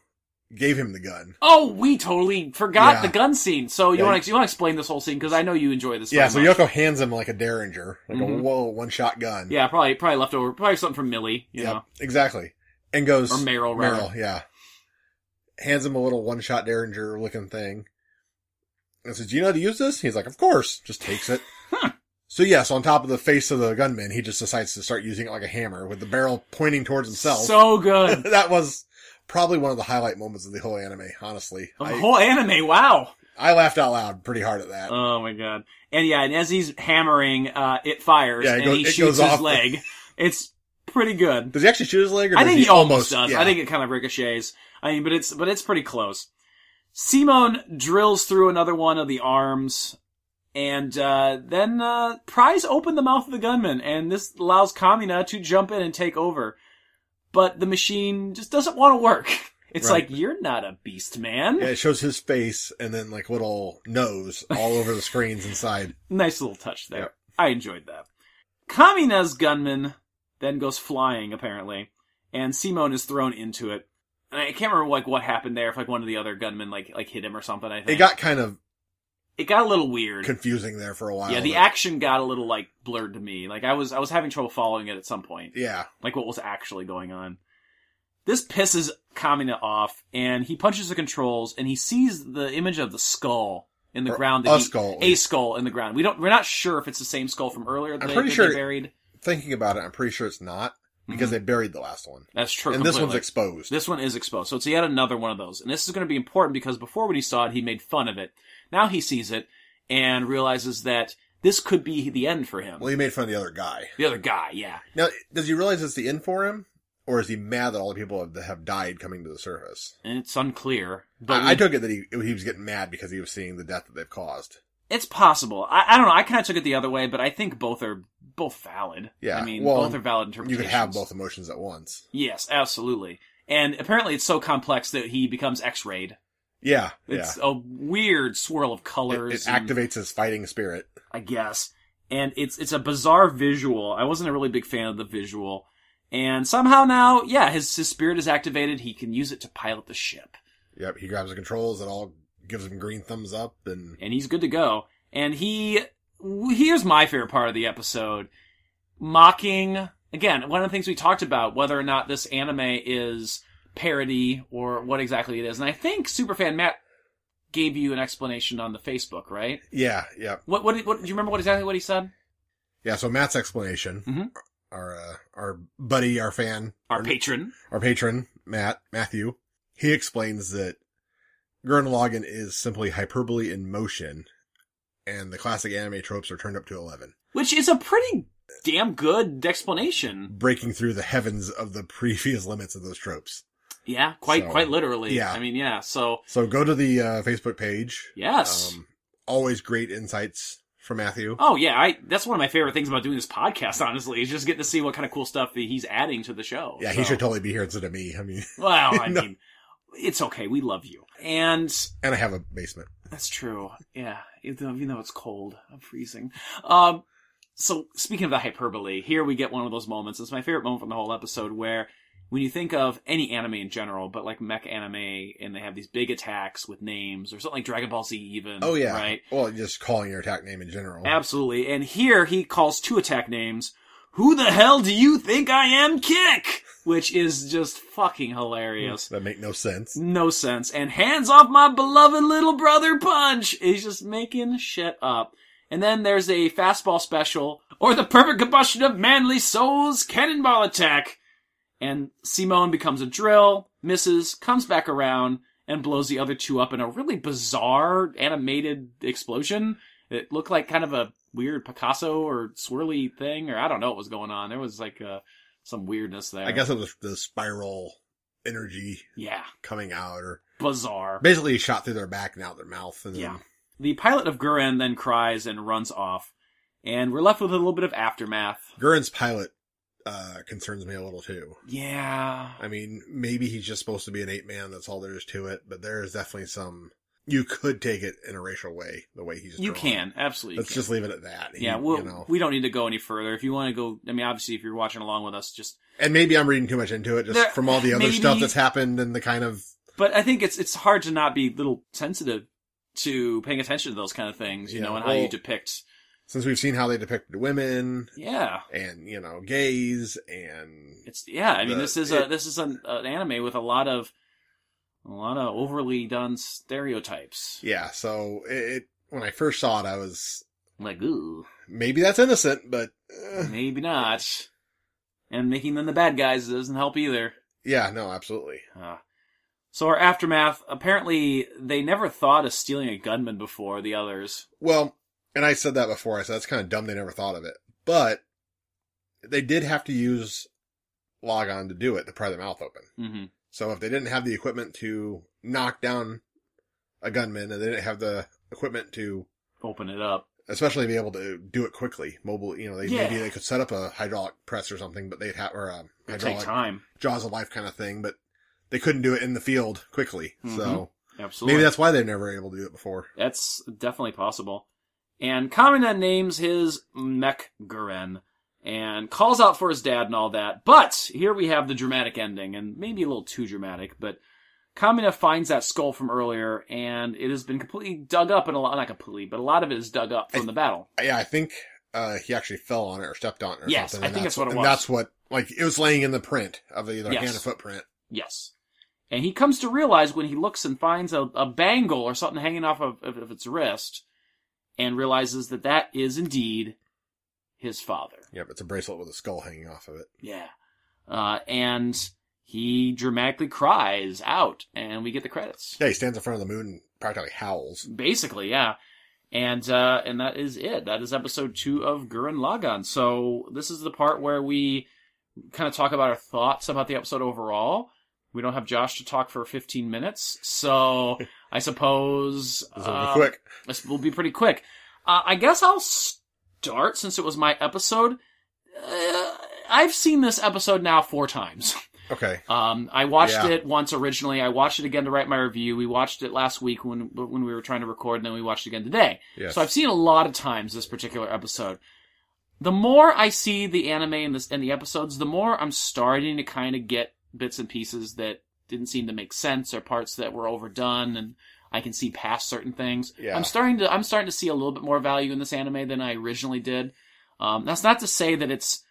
Speaker 2: gave him the gun.
Speaker 3: Oh, we totally forgot
Speaker 2: Yeah.
Speaker 3: the gun scene. So you
Speaker 2: Yeah.
Speaker 3: want to you want to explain this whole scene because I know you enjoy this.
Speaker 2: Yeah,
Speaker 3: very
Speaker 2: so
Speaker 3: much.
Speaker 2: Yoko hands him like a derringer, like
Speaker 3: Mhm.
Speaker 2: a whoa one-shot gun.
Speaker 3: Yeah, probably probably left over probably something from Millie. You
Speaker 2: Yep,
Speaker 3: know,
Speaker 2: exactly. And goes
Speaker 3: Or Merrill, rather.
Speaker 2: Merrill, yeah. Hands him a little one shot Derringer looking thing. And says, Do you know how to use this? He's like, Of course. Just takes it. so yes, on top of the face of the gunman, he just decides to start using it like a hammer with the barrel pointing towards himself.
Speaker 3: so good.
Speaker 2: that was probably one of the highlight moments of the whole anime, honestly.
Speaker 3: The
Speaker 2: I,
Speaker 3: whole anime. Wow.
Speaker 2: I laughed out loud pretty hard at that.
Speaker 3: Oh my god. And yeah, and as he's hammering, uh, it fires
Speaker 2: Yeah, it
Speaker 3: and
Speaker 2: goes-
Speaker 3: he
Speaker 2: it goes
Speaker 3: shoots his
Speaker 2: off.
Speaker 3: leg. It's pretty good.
Speaker 2: does he actually shoot his leg or
Speaker 3: I
Speaker 2: does
Speaker 3: think
Speaker 2: he,
Speaker 3: he almost does.
Speaker 2: yeah.
Speaker 3: I think it kind of ricochets. I mean, but it's but it's pretty close. Simone drills through another one of the arms, and uh, then uh, pries open the mouth of the gunman, and this allows Kamina to jump in and take over. But the machine just doesn't want to work. It's
Speaker 2: Right.
Speaker 3: like you're not a beast, man.
Speaker 2: Yeah, it shows his face and then like little nose all over the screens inside.
Speaker 3: Nice little touch there.
Speaker 2: Yep.
Speaker 3: I enjoyed that. Kamina's gunman then goes flying, apparently, and Simone is thrown into it. And I can't remember like what happened there. If like one of the other gunmen like like hit him or something, I think
Speaker 2: It got kind of
Speaker 3: it got a little weird.
Speaker 2: confusing there for a while.
Speaker 3: yeah, the
Speaker 2: but-
Speaker 3: action got a little like blurred to me. Like I was I was having trouble following it at some point.
Speaker 2: Yeah,
Speaker 3: Like what was actually going on. This pisses Kamina off and he punches the controls and he sees the image of the skull in the
Speaker 2: Or
Speaker 3: ground
Speaker 2: a
Speaker 3: he-
Speaker 2: skull.
Speaker 3: a skull in the ground. We don't we're not sure if it's the same skull from earlier that,
Speaker 2: I'm
Speaker 3: they,
Speaker 2: pretty
Speaker 3: that
Speaker 2: sure-
Speaker 3: they buried.
Speaker 2: thinking about it, I'm pretty sure it's not because they buried the last one,
Speaker 3: That's true.
Speaker 2: and this one's
Speaker 3: Mm-hmm. completely.
Speaker 2: exposed.
Speaker 3: This one is exposed. So it's yet another one of those. And this is going to be important because before when he saw it, he made fun of it. Now he sees it and realizes that this could be the end for him.
Speaker 2: well, he made fun of the other guy.
Speaker 3: The other guy, yeah.
Speaker 2: Now, does he realize it's the end for him, or is he mad that all the people have, have died coming to the surface?
Speaker 3: And it's unclear. But
Speaker 2: I,
Speaker 3: we-
Speaker 2: I took it that he he was getting mad because he was seeing the death that they've caused.
Speaker 3: it's possible. I, I don't know. I kind of took it the other way, but I think both are both valid.
Speaker 2: Yeah,
Speaker 3: I mean,
Speaker 2: well,
Speaker 3: both are valid
Speaker 2: You
Speaker 3: interpretations.
Speaker 2: could have both emotions at once.
Speaker 3: Yes, absolutely. And apparently it's so complex that he becomes X-rayed.
Speaker 2: Yeah,
Speaker 3: It's
Speaker 2: yeah.
Speaker 3: a weird swirl of colors.
Speaker 2: It, it
Speaker 3: and-
Speaker 2: activates his fighting spirit.
Speaker 3: I guess. And it's it's a bizarre visual. I wasn't a really big fan of the visual. And somehow now, yeah, his his spirit is activated. He can use it to pilot the ship,
Speaker 2: Yep, he grabs the controls. It all gives him green thumbs up, and
Speaker 3: and he's good to go. And he w- here's my favorite part of the episode: mocking again. One of the things we talked about whether or not this anime is parody or what exactly it is. And I think superfan Matt gave you an explanation on the Facebook, right?
Speaker 2: yeah, yeah,
Speaker 3: What what, what do you remember? What exactly what he said?
Speaker 2: yeah. So Matt's explanation,
Speaker 3: Mhm.
Speaker 2: our uh, our buddy, our fan,
Speaker 3: Our patron.
Speaker 2: our patron, Matt, Matthew, he explains that Gurren Lagann is simply hyperbole in motion, and the classic anime tropes are turned up to 11,
Speaker 3: Which is a pretty damn good explanation.
Speaker 2: breaking through the heavens of the previous limits of those tropes.
Speaker 3: Yeah, quite
Speaker 2: So,
Speaker 3: quite literally.
Speaker 2: yeah.
Speaker 3: I mean, yeah. So
Speaker 2: So go to the uh, Facebook page.
Speaker 3: yes.
Speaker 2: Um, always great insights from Matthew.
Speaker 3: oh yeah, I that's one of my favorite things about doing this podcast. Honestly, is just getting to see what kind of cool stuff that he's adding to the show.
Speaker 2: yeah,
Speaker 3: So-
Speaker 2: he should totally be here instead of me. I mean,
Speaker 3: Well, I
Speaker 2: No.
Speaker 3: mean, it's okay. We love you, and
Speaker 2: and I have a basement.
Speaker 3: that's true. Yeah, even though, even though it's cold, I'm freezing. Um. So speaking of the hyperbole, here we get one of those moments. It's my favorite moment from the whole episode where. When you think of any anime in general, but like mech anime, and they have these big attacks with names, or something like Dragon Ball Z, even.
Speaker 2: Oh yeah.
Speaker 3: Right?
Speaker 2: Well, just calling your attack name in general.
Speaker 3: Absolutely. And here he calls two attack names. Who the hell do you think I am, Kick? Which is just fucking hilarious.
Speaker 2: That make no sense.
Speaker 3: No sense. And hands off my beloved little brother, Punch! He's just making shit up. And then there's a fastball special, or the perfect combustion of manly souls, cannonball attack. And Simone becomes a drill, misses, comes back around, and blows the other two up in a really bizarre animated explosion. It looked like kind of a weird Picasso or swirly thing, or I don't know what was going on. There was like uh, some weirdness there.
Speaker 2: I guess it was the spiral energy
Speaker 3: Yeah,
Speaker 2: coming out, or
Speaker 3: bizarre.
Speaker 2: basically shot through their back and out their mouth. And then-
Speaker 3: Yeah. The pilot of Guren then cries and runs off, and we're left with a little bit of aftermath.
Speaker 2: Gurren's pilot uh, concerns me a little too.
Speaker 3: Yeah.
Speaker 2: I mean, maybe he's just supposed to be an ape man. That's all there is to it. But there is definitely some. You could take it in a racial way, the way he's.
Speaker 3: You
Speaker 2: drawn.
Speaker 3: can, absolutely. you
Speaker 2: Let's
Speaker 3: can.
Speaker 2: just leave it at that. He-
Speaker 3: yeah, we'll,
Speaker 2: you know.
Speaker 3: we don't need to go any further. If you want to go, I mean, obviously, if you're watching along with us, just
Speaker 2: and maybe I'm reading too much into it, just
Speaker 3: There-
Speaker 2: from all the other stuff
Speaker 3: maybe-
Speaker 2: that's happened and the kind of.
Speaker 3: But I think it's it's hard to not be a little sensitive to paying attention to those kind of things, you
Speaker 2: Yeah,
Speaker 3: know, and how
Speaker 2: well-
Speaker 3: you depict.
Speaker 2: Since we've seen how they depicted women
Speaker 3: Yeah,
Speaker 2: and you know gays and
Speaker 3: it's yeah. I mean,
Speaker 2: The-
Speaker 3: this is a
Speaker 2: it-
Speaker 3: this is an, an anime with a lot of a lot of overly done stereotypes.
Speaker 2: yeah. So it, it when I first saw it, I was
Speaker 3: Like, ooh,
Speaker 2: maybe that's innocent, but eh.
Speaker 3: maybe not. And making them the bad guys doesn't help either.
Speaker 2: yeah, no, absolutely.
Speaker 3: Uh, so our aftermath. Apparently, they never thought of stealing a gunman before the others.
Speaker 2: Well, and I said that before. I said that's kind of dumb. They never thought of it, but they did have to use logon to do it to pry the mouth open.
Speaker 3: hmm
Speaker 2: So if they didn't have the equipment to knock down a gunman, and they didn't have the equipment to
Speaker 3: Open it up.
Speaker 2: especially be able to do it quickly, mobile, you know, they,
Speaker 3: Yeah.
Speaker 2: maybe they could set up a hydraulic press or something, but they'd have or a
Speaker 3: It'd take
Speaker 2: hydraulic
Speaker 3: time.
Speaker 2: jaws of life kind of thing, but they couldn't do it in the field quickly. So
Speaker 3: Mm-hmm. Absolutely.
Speaker 2: maybe that's why they're never able to do it before.
Speaker 3: That's definitely possible. And Kamina names his mech Guren and calls out for his dad and all that. But here we have the dramatic ending, and maybe a little too dramatic, but Kamina finds that skull from earlier, and it has been completely dug up, and a lot, not completely, but a lot of it is dug up from the battle.
Speaker 2: Yeah, I think uh, he actually fell on it or stepped on it or
Speaker 3: Yes,
Speaker 2: something.
Speaker 3: I
Speaker 2: and
Speaker 3: think that's what it
Speaker 2: and
Speaker 3: was.
Speaker 2: that's what, like, it was laying in the print of the either
Speaker 3: Yes.
Speaker 2: hand or footprint.
Speaker 3: Yes. And he comes to realize when he looks and finds a, a bangle or something hanging off of, of, of its wrist, and realizes that that is indeed his father.
Speaker 2: Yep, it's a bracelet with a skull hanging off of it.
Speaker 3: Yeah. Uh, and he dramatically cries out, and we get the credits.
Speaker 2: Yeah, he stands in front of the moon and practically howls.
Speaker 3: Basically, yeah. And uh, and that is it. That is episode two of Gurren Lagann. So this is the part where we kind of talk about our thoughts about the episode overall. We don't have Josh to talk for 15 minutes, so I suppose
Speaker 2: This will be
Speaker 3: um,
Speaker 2: quick.
Speaker 3: this will be pretty quick. Uh, I guess I'll start since it was my episode. Uh, I've seen this episode now four times.
Speaker 2: Okay.
Speaker 3: Um, I watched
Speaker 2: Yeah.
Speaker 3: it once originally. I watched it again to write my review. We watched it last week when when we were trying to record, and then we watched it again today.
Speaker 2: Yes.
Speaker 3: So I've seen a lot of times this particular episode. The more I see the anime in this in the episodes, the more I'm starting to kind of get bits and pieces that didn't seem to make sense or parts that were overdone, and I can see past certain things.
Speaker 2: Yeah.
Speaker 3: I'm starting to I'm starting to see a little bit more value in this anime than I originally did. Um, that's not to say that it's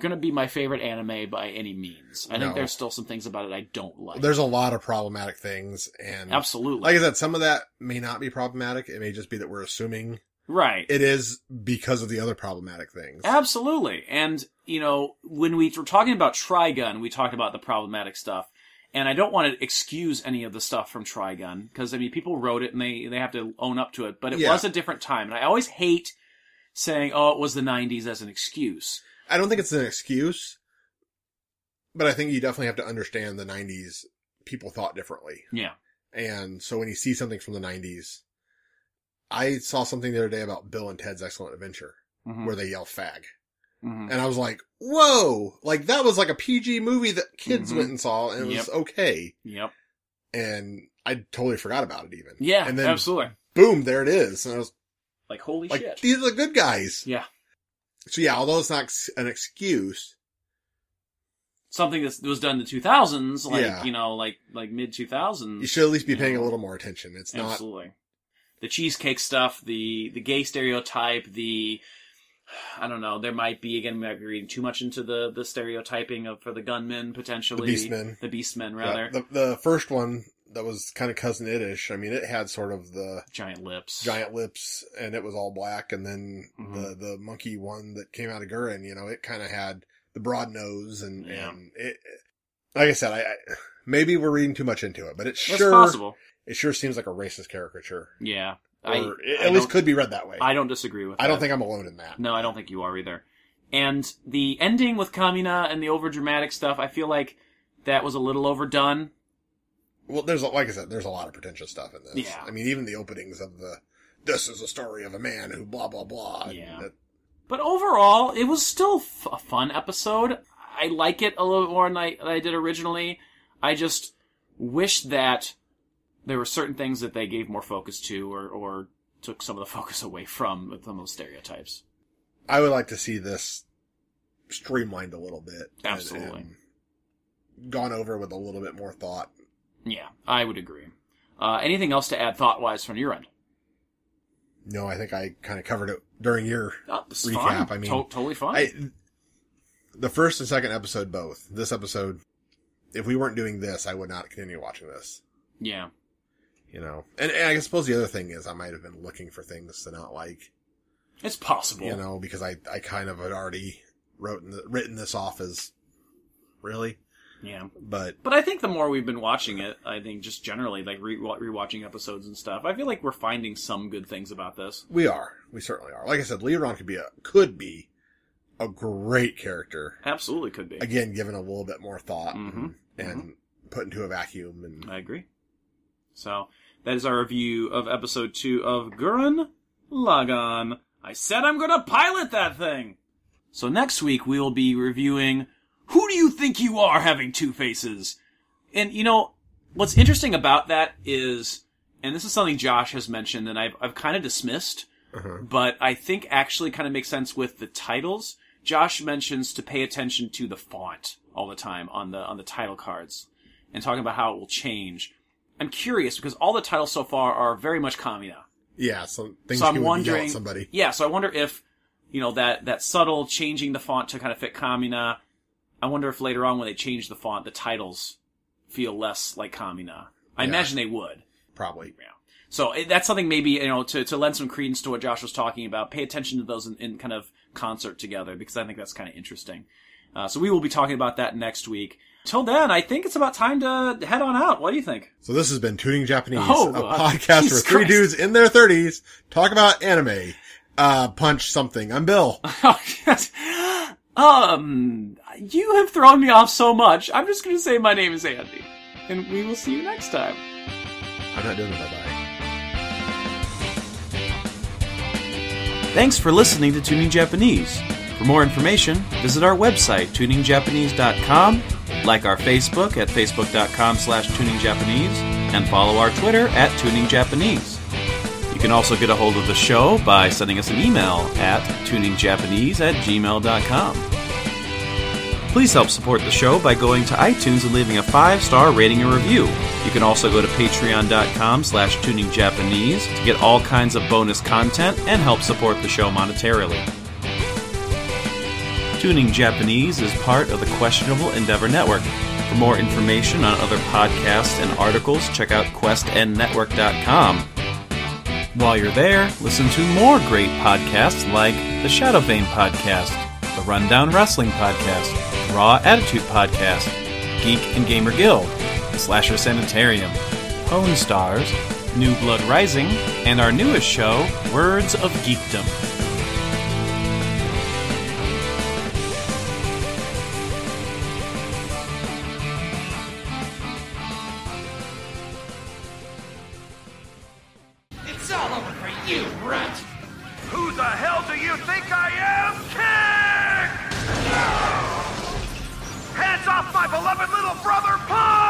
Speaker 3: gonna be my favorite anime by any means. I think
Speaker 2: No.
Speaker 3: there's still some things about it I don't like.
Speaker 2: There's a lot of problematic things, and
Speaker 3: absolutely
Speaker 2: like I said, some of that may not be problematic. It may just be that we're assuming
Speaker 3: right.
Speaker 2: it is because of the other problematic things.
Speaker 3: Absolutely. And, you know, when we were talking about Trigun, we talked about the problematic stuff. And I don't want to excuse any of the stuff from Trigun because, I mean, people wrote it and they, they have to own up to it. But it
Speaker 2: Yeah.
Speaker 3: was a different time. And I always hate saying, oh, it was the 90s as an excuse.
Speaker 2: I don't think it's an excuse, but I think you definitely have to understand the 90s people thought differently.
Speaker 3: Yeah.
Speaker 2: And so when you see something from the 90s, I saw something the other day about Bill and Ted's Excellent Adventure
Speaker 3: Mhm.
Speaker 2: where they yell fag.
Speaker 3: Mhm.
Speaker 2: And I was like, whoa, like that was like a PG movie that kids
Speaker 3: Mhm.
Speaker 2: went and saw and it was
Speaker 3: Yep.
Speaker 2: okay.
Speaker 3: Yep.
Speaker 2: And I totally forgot about it even.
Speaker 3: Yeah,
Speaker 2: And then
Speaker 3: absolutely.
Speaker 2: boom, there it is. And I was
Speaker 3: Like, holy
Speaker 2: like,
Speaker 3: shit.
Speaker 2: these are the good guys.
Speaker 3: yeah.
Speaker 2: So yeah, although it's not ex- an excuse,
Speaker 3: Something that's- that was done in the 2000s, like,
Speaker 2: Yeah.
Speaker 3: you know, like, like mid 2000s.
Speaker 2: you should at least be paying a little more attention. It's not
Speaker 3: Absolutely. The cheesecake stuff, the the gay stereotype, the I don't know. There might be again. We might be reading too much into the the stereotyping of for the gunmen potentially.
Speaker 2: The beastmen.
Speaker 3: The beastmen,
Speaker 2: Yeah,
Speaker 3: rather.
Speaker 2: the, the first one that was kind of cousin it-ish. I mean, it had sort of the
Speaker 3: Giant lips.
Speaker 2: giant lips and it was all black. And then
Speaker 3: Mhm.
Speaker 2: the, the monkey one that came out of Gurren, you know, it kind of had the broad nose and,
Speaker 3: Yeah.
Speaker 2: and it, like I said, I, I, maybe we're reading too much into it, but it
Speaker 3: It's
Speaker 2: sure,
Speaker 3: possible.
Speaker 2: it sure seems like a racist caricature.
Speaker 3: Yeah.
Speaker 2: Or
Speaker 3: I,
Speaker 2: it,
Speaker 3: I
Speaker 2: at least
Speaker 3: don't-
Speaker 2: could be read that way.
Speaker 3: I don't disagree with.
Speaker 2: I don't
Speaker 3: that.
Speaker 2: think I'm alone in that.
Speaker 3: No, I don't think you are either. And the ending with Kamina and the overdramatic stuff, I feel like that was a little overdone.
Speaker 2: Well, there's a, like I said, there's a lot of pretentious stuff in this.
Speaker 3: Yeah.
Speaker 2: I mean, even the openings of the, this is a story of a man who blah, blah, blah.
Speaker 3: Yeah.
Speaker 2: That-
Speaker 3: But overall, it was still f- a fun episode. I like it a little more than I, than I did originally. I just wish that there were certain things that they gave more focus to or, or took some of the focus away from with some of those stereotypes.
Speaker 2: I would like to see this streamlined a little bit. and-
Speaker 3: Absolutely.
Speaker 2: and gone over with a little bit more thought.
Speaker 3: Yeah, I would agree. Uh, anything else to add thought wise from your end?
Speaker 2: No, I think I kind of covered it during your
Speaker 3: Uh, it's
Speaker 2: recap.
Speaker 3: fine.
Speaker 2: I mean,
Speaker 3: To- totally fine.
Speaker 2: I, the first and second episode both. This episode, if we weren't doing this, I would not continue watching this.
Speaker 3: yeah.
Speaker 2: You know, and, and I suppose the other thing is I might have been looking for things to not like.
Speaker 3: It's possible.
Speaker 2: You know, because I I kind of had already wrote in the, written this off as really,
Speaker 3: Yeah.
Speaker 2: but
Speaker 3: But I think the more we've been watching it, I think just generally, like re- rewatching episodes and stuff, I feel like we're finding some good things about this.
Speaker 2: We are. We certainly are. Like I said, Leoron could be a could be a great character.
Speaker 3: Absolutely could be.
Speaker 2: Again, given a little bit more thought
Speaker 7: Mm-hmm.
Speaker 3: Mhm.
Speaker 2: and, and put into a vacuum and
Speaker 3: I agree. So that is our review of episode two of Gurren Lagann. I said I'm going to pilot that thing. So next week we will be reviewing Who Do You Think You Are Having Two Faces? And you know, what's interesting about that is, and this is something Josh has mentioned and I've, I've kind of dismissed, but I think actually kind of makes sense with the titles. Josh mentions to pay attention to the font all the time on the, on the title cards
Speaker 7: and talking about how it will change. I'm curious because all the titles so far are very much Kamina.
Speaker 2: Yeah, so things
Speaker 7: So
Speaker 2: you
Speaker 7: I'm
Speaker 2: would yell
Speaker 7: wondering,
Speaker 2: at somebody.
Speaker 7: yeah. So I wonder if you know that that subtle changing the font to kind of fit Kamina. I wonder if later on when they change the font, the titles feel less like Kamina. I
Speaker 2: Yeah.
Speaker 7: imagine they would.
Speaker 2: Probably.
Speaker 7: So eh, that's something maybe you know to to lend some credence to what Josh was talking about. Pay attention to those in, in kind of concert together because I think that's kind of interesting. Uh, so we will be talking about that next week. Till then, I think it's about time to head on out. What do you think?
Speaker 2: So this has been Tuning Japanese,
Speaker 7: Oh,
Speaker 2: a
Speaker 7: God.
Speaker 2: podcast
Speaker 7: Jesus
Speaker 2: where three
Speaker 7: Christ.
Speaker 2: dudes in their thirties talk about anime. Uh, punch something. I'm Bill.
Speaker 7: Oh, um, you have thrown me off so much. I'm just going to say my name is Andy, and we will see you next time.
Speaker 2: I'm not doing it. Bye bye.
Speaker 3: Thanks for listening to Tuning Japanese. For more information, visit our website, tuningjapanese.com, like our Facebook at facebook.com slash tuningjapanese, and follow our Twitter at tuningjapanese. You can also get a hold of the show by sending us an email at tuningjapanese at gmail.com. Please help support the show by going to iTunes and leaving a five-star rating and review. You can also go to patreon.com slash tuningjapanese to get all kinds of bonus content and help support the show monetarily. Tuning Japanese is part of the Questionable Endeavor Network. For more information on other podcasts and articles, check out questnnetwork.com. While you're there, listen to more great podcasts like the Shadow Vein Podcast, the Rundown Wrestling Podcast, Raw Attitude Podcast, Geek and Gamer Guild, the Slasher Sanitarium, Pwn Stars, New Blood Rising, and our newest show, Words of Geekdom.
Speaker 8: It's all over for you, runt!
Speaker 5: Who the hell do you think I am? Kick! Hands off my beloved little brother, Paul!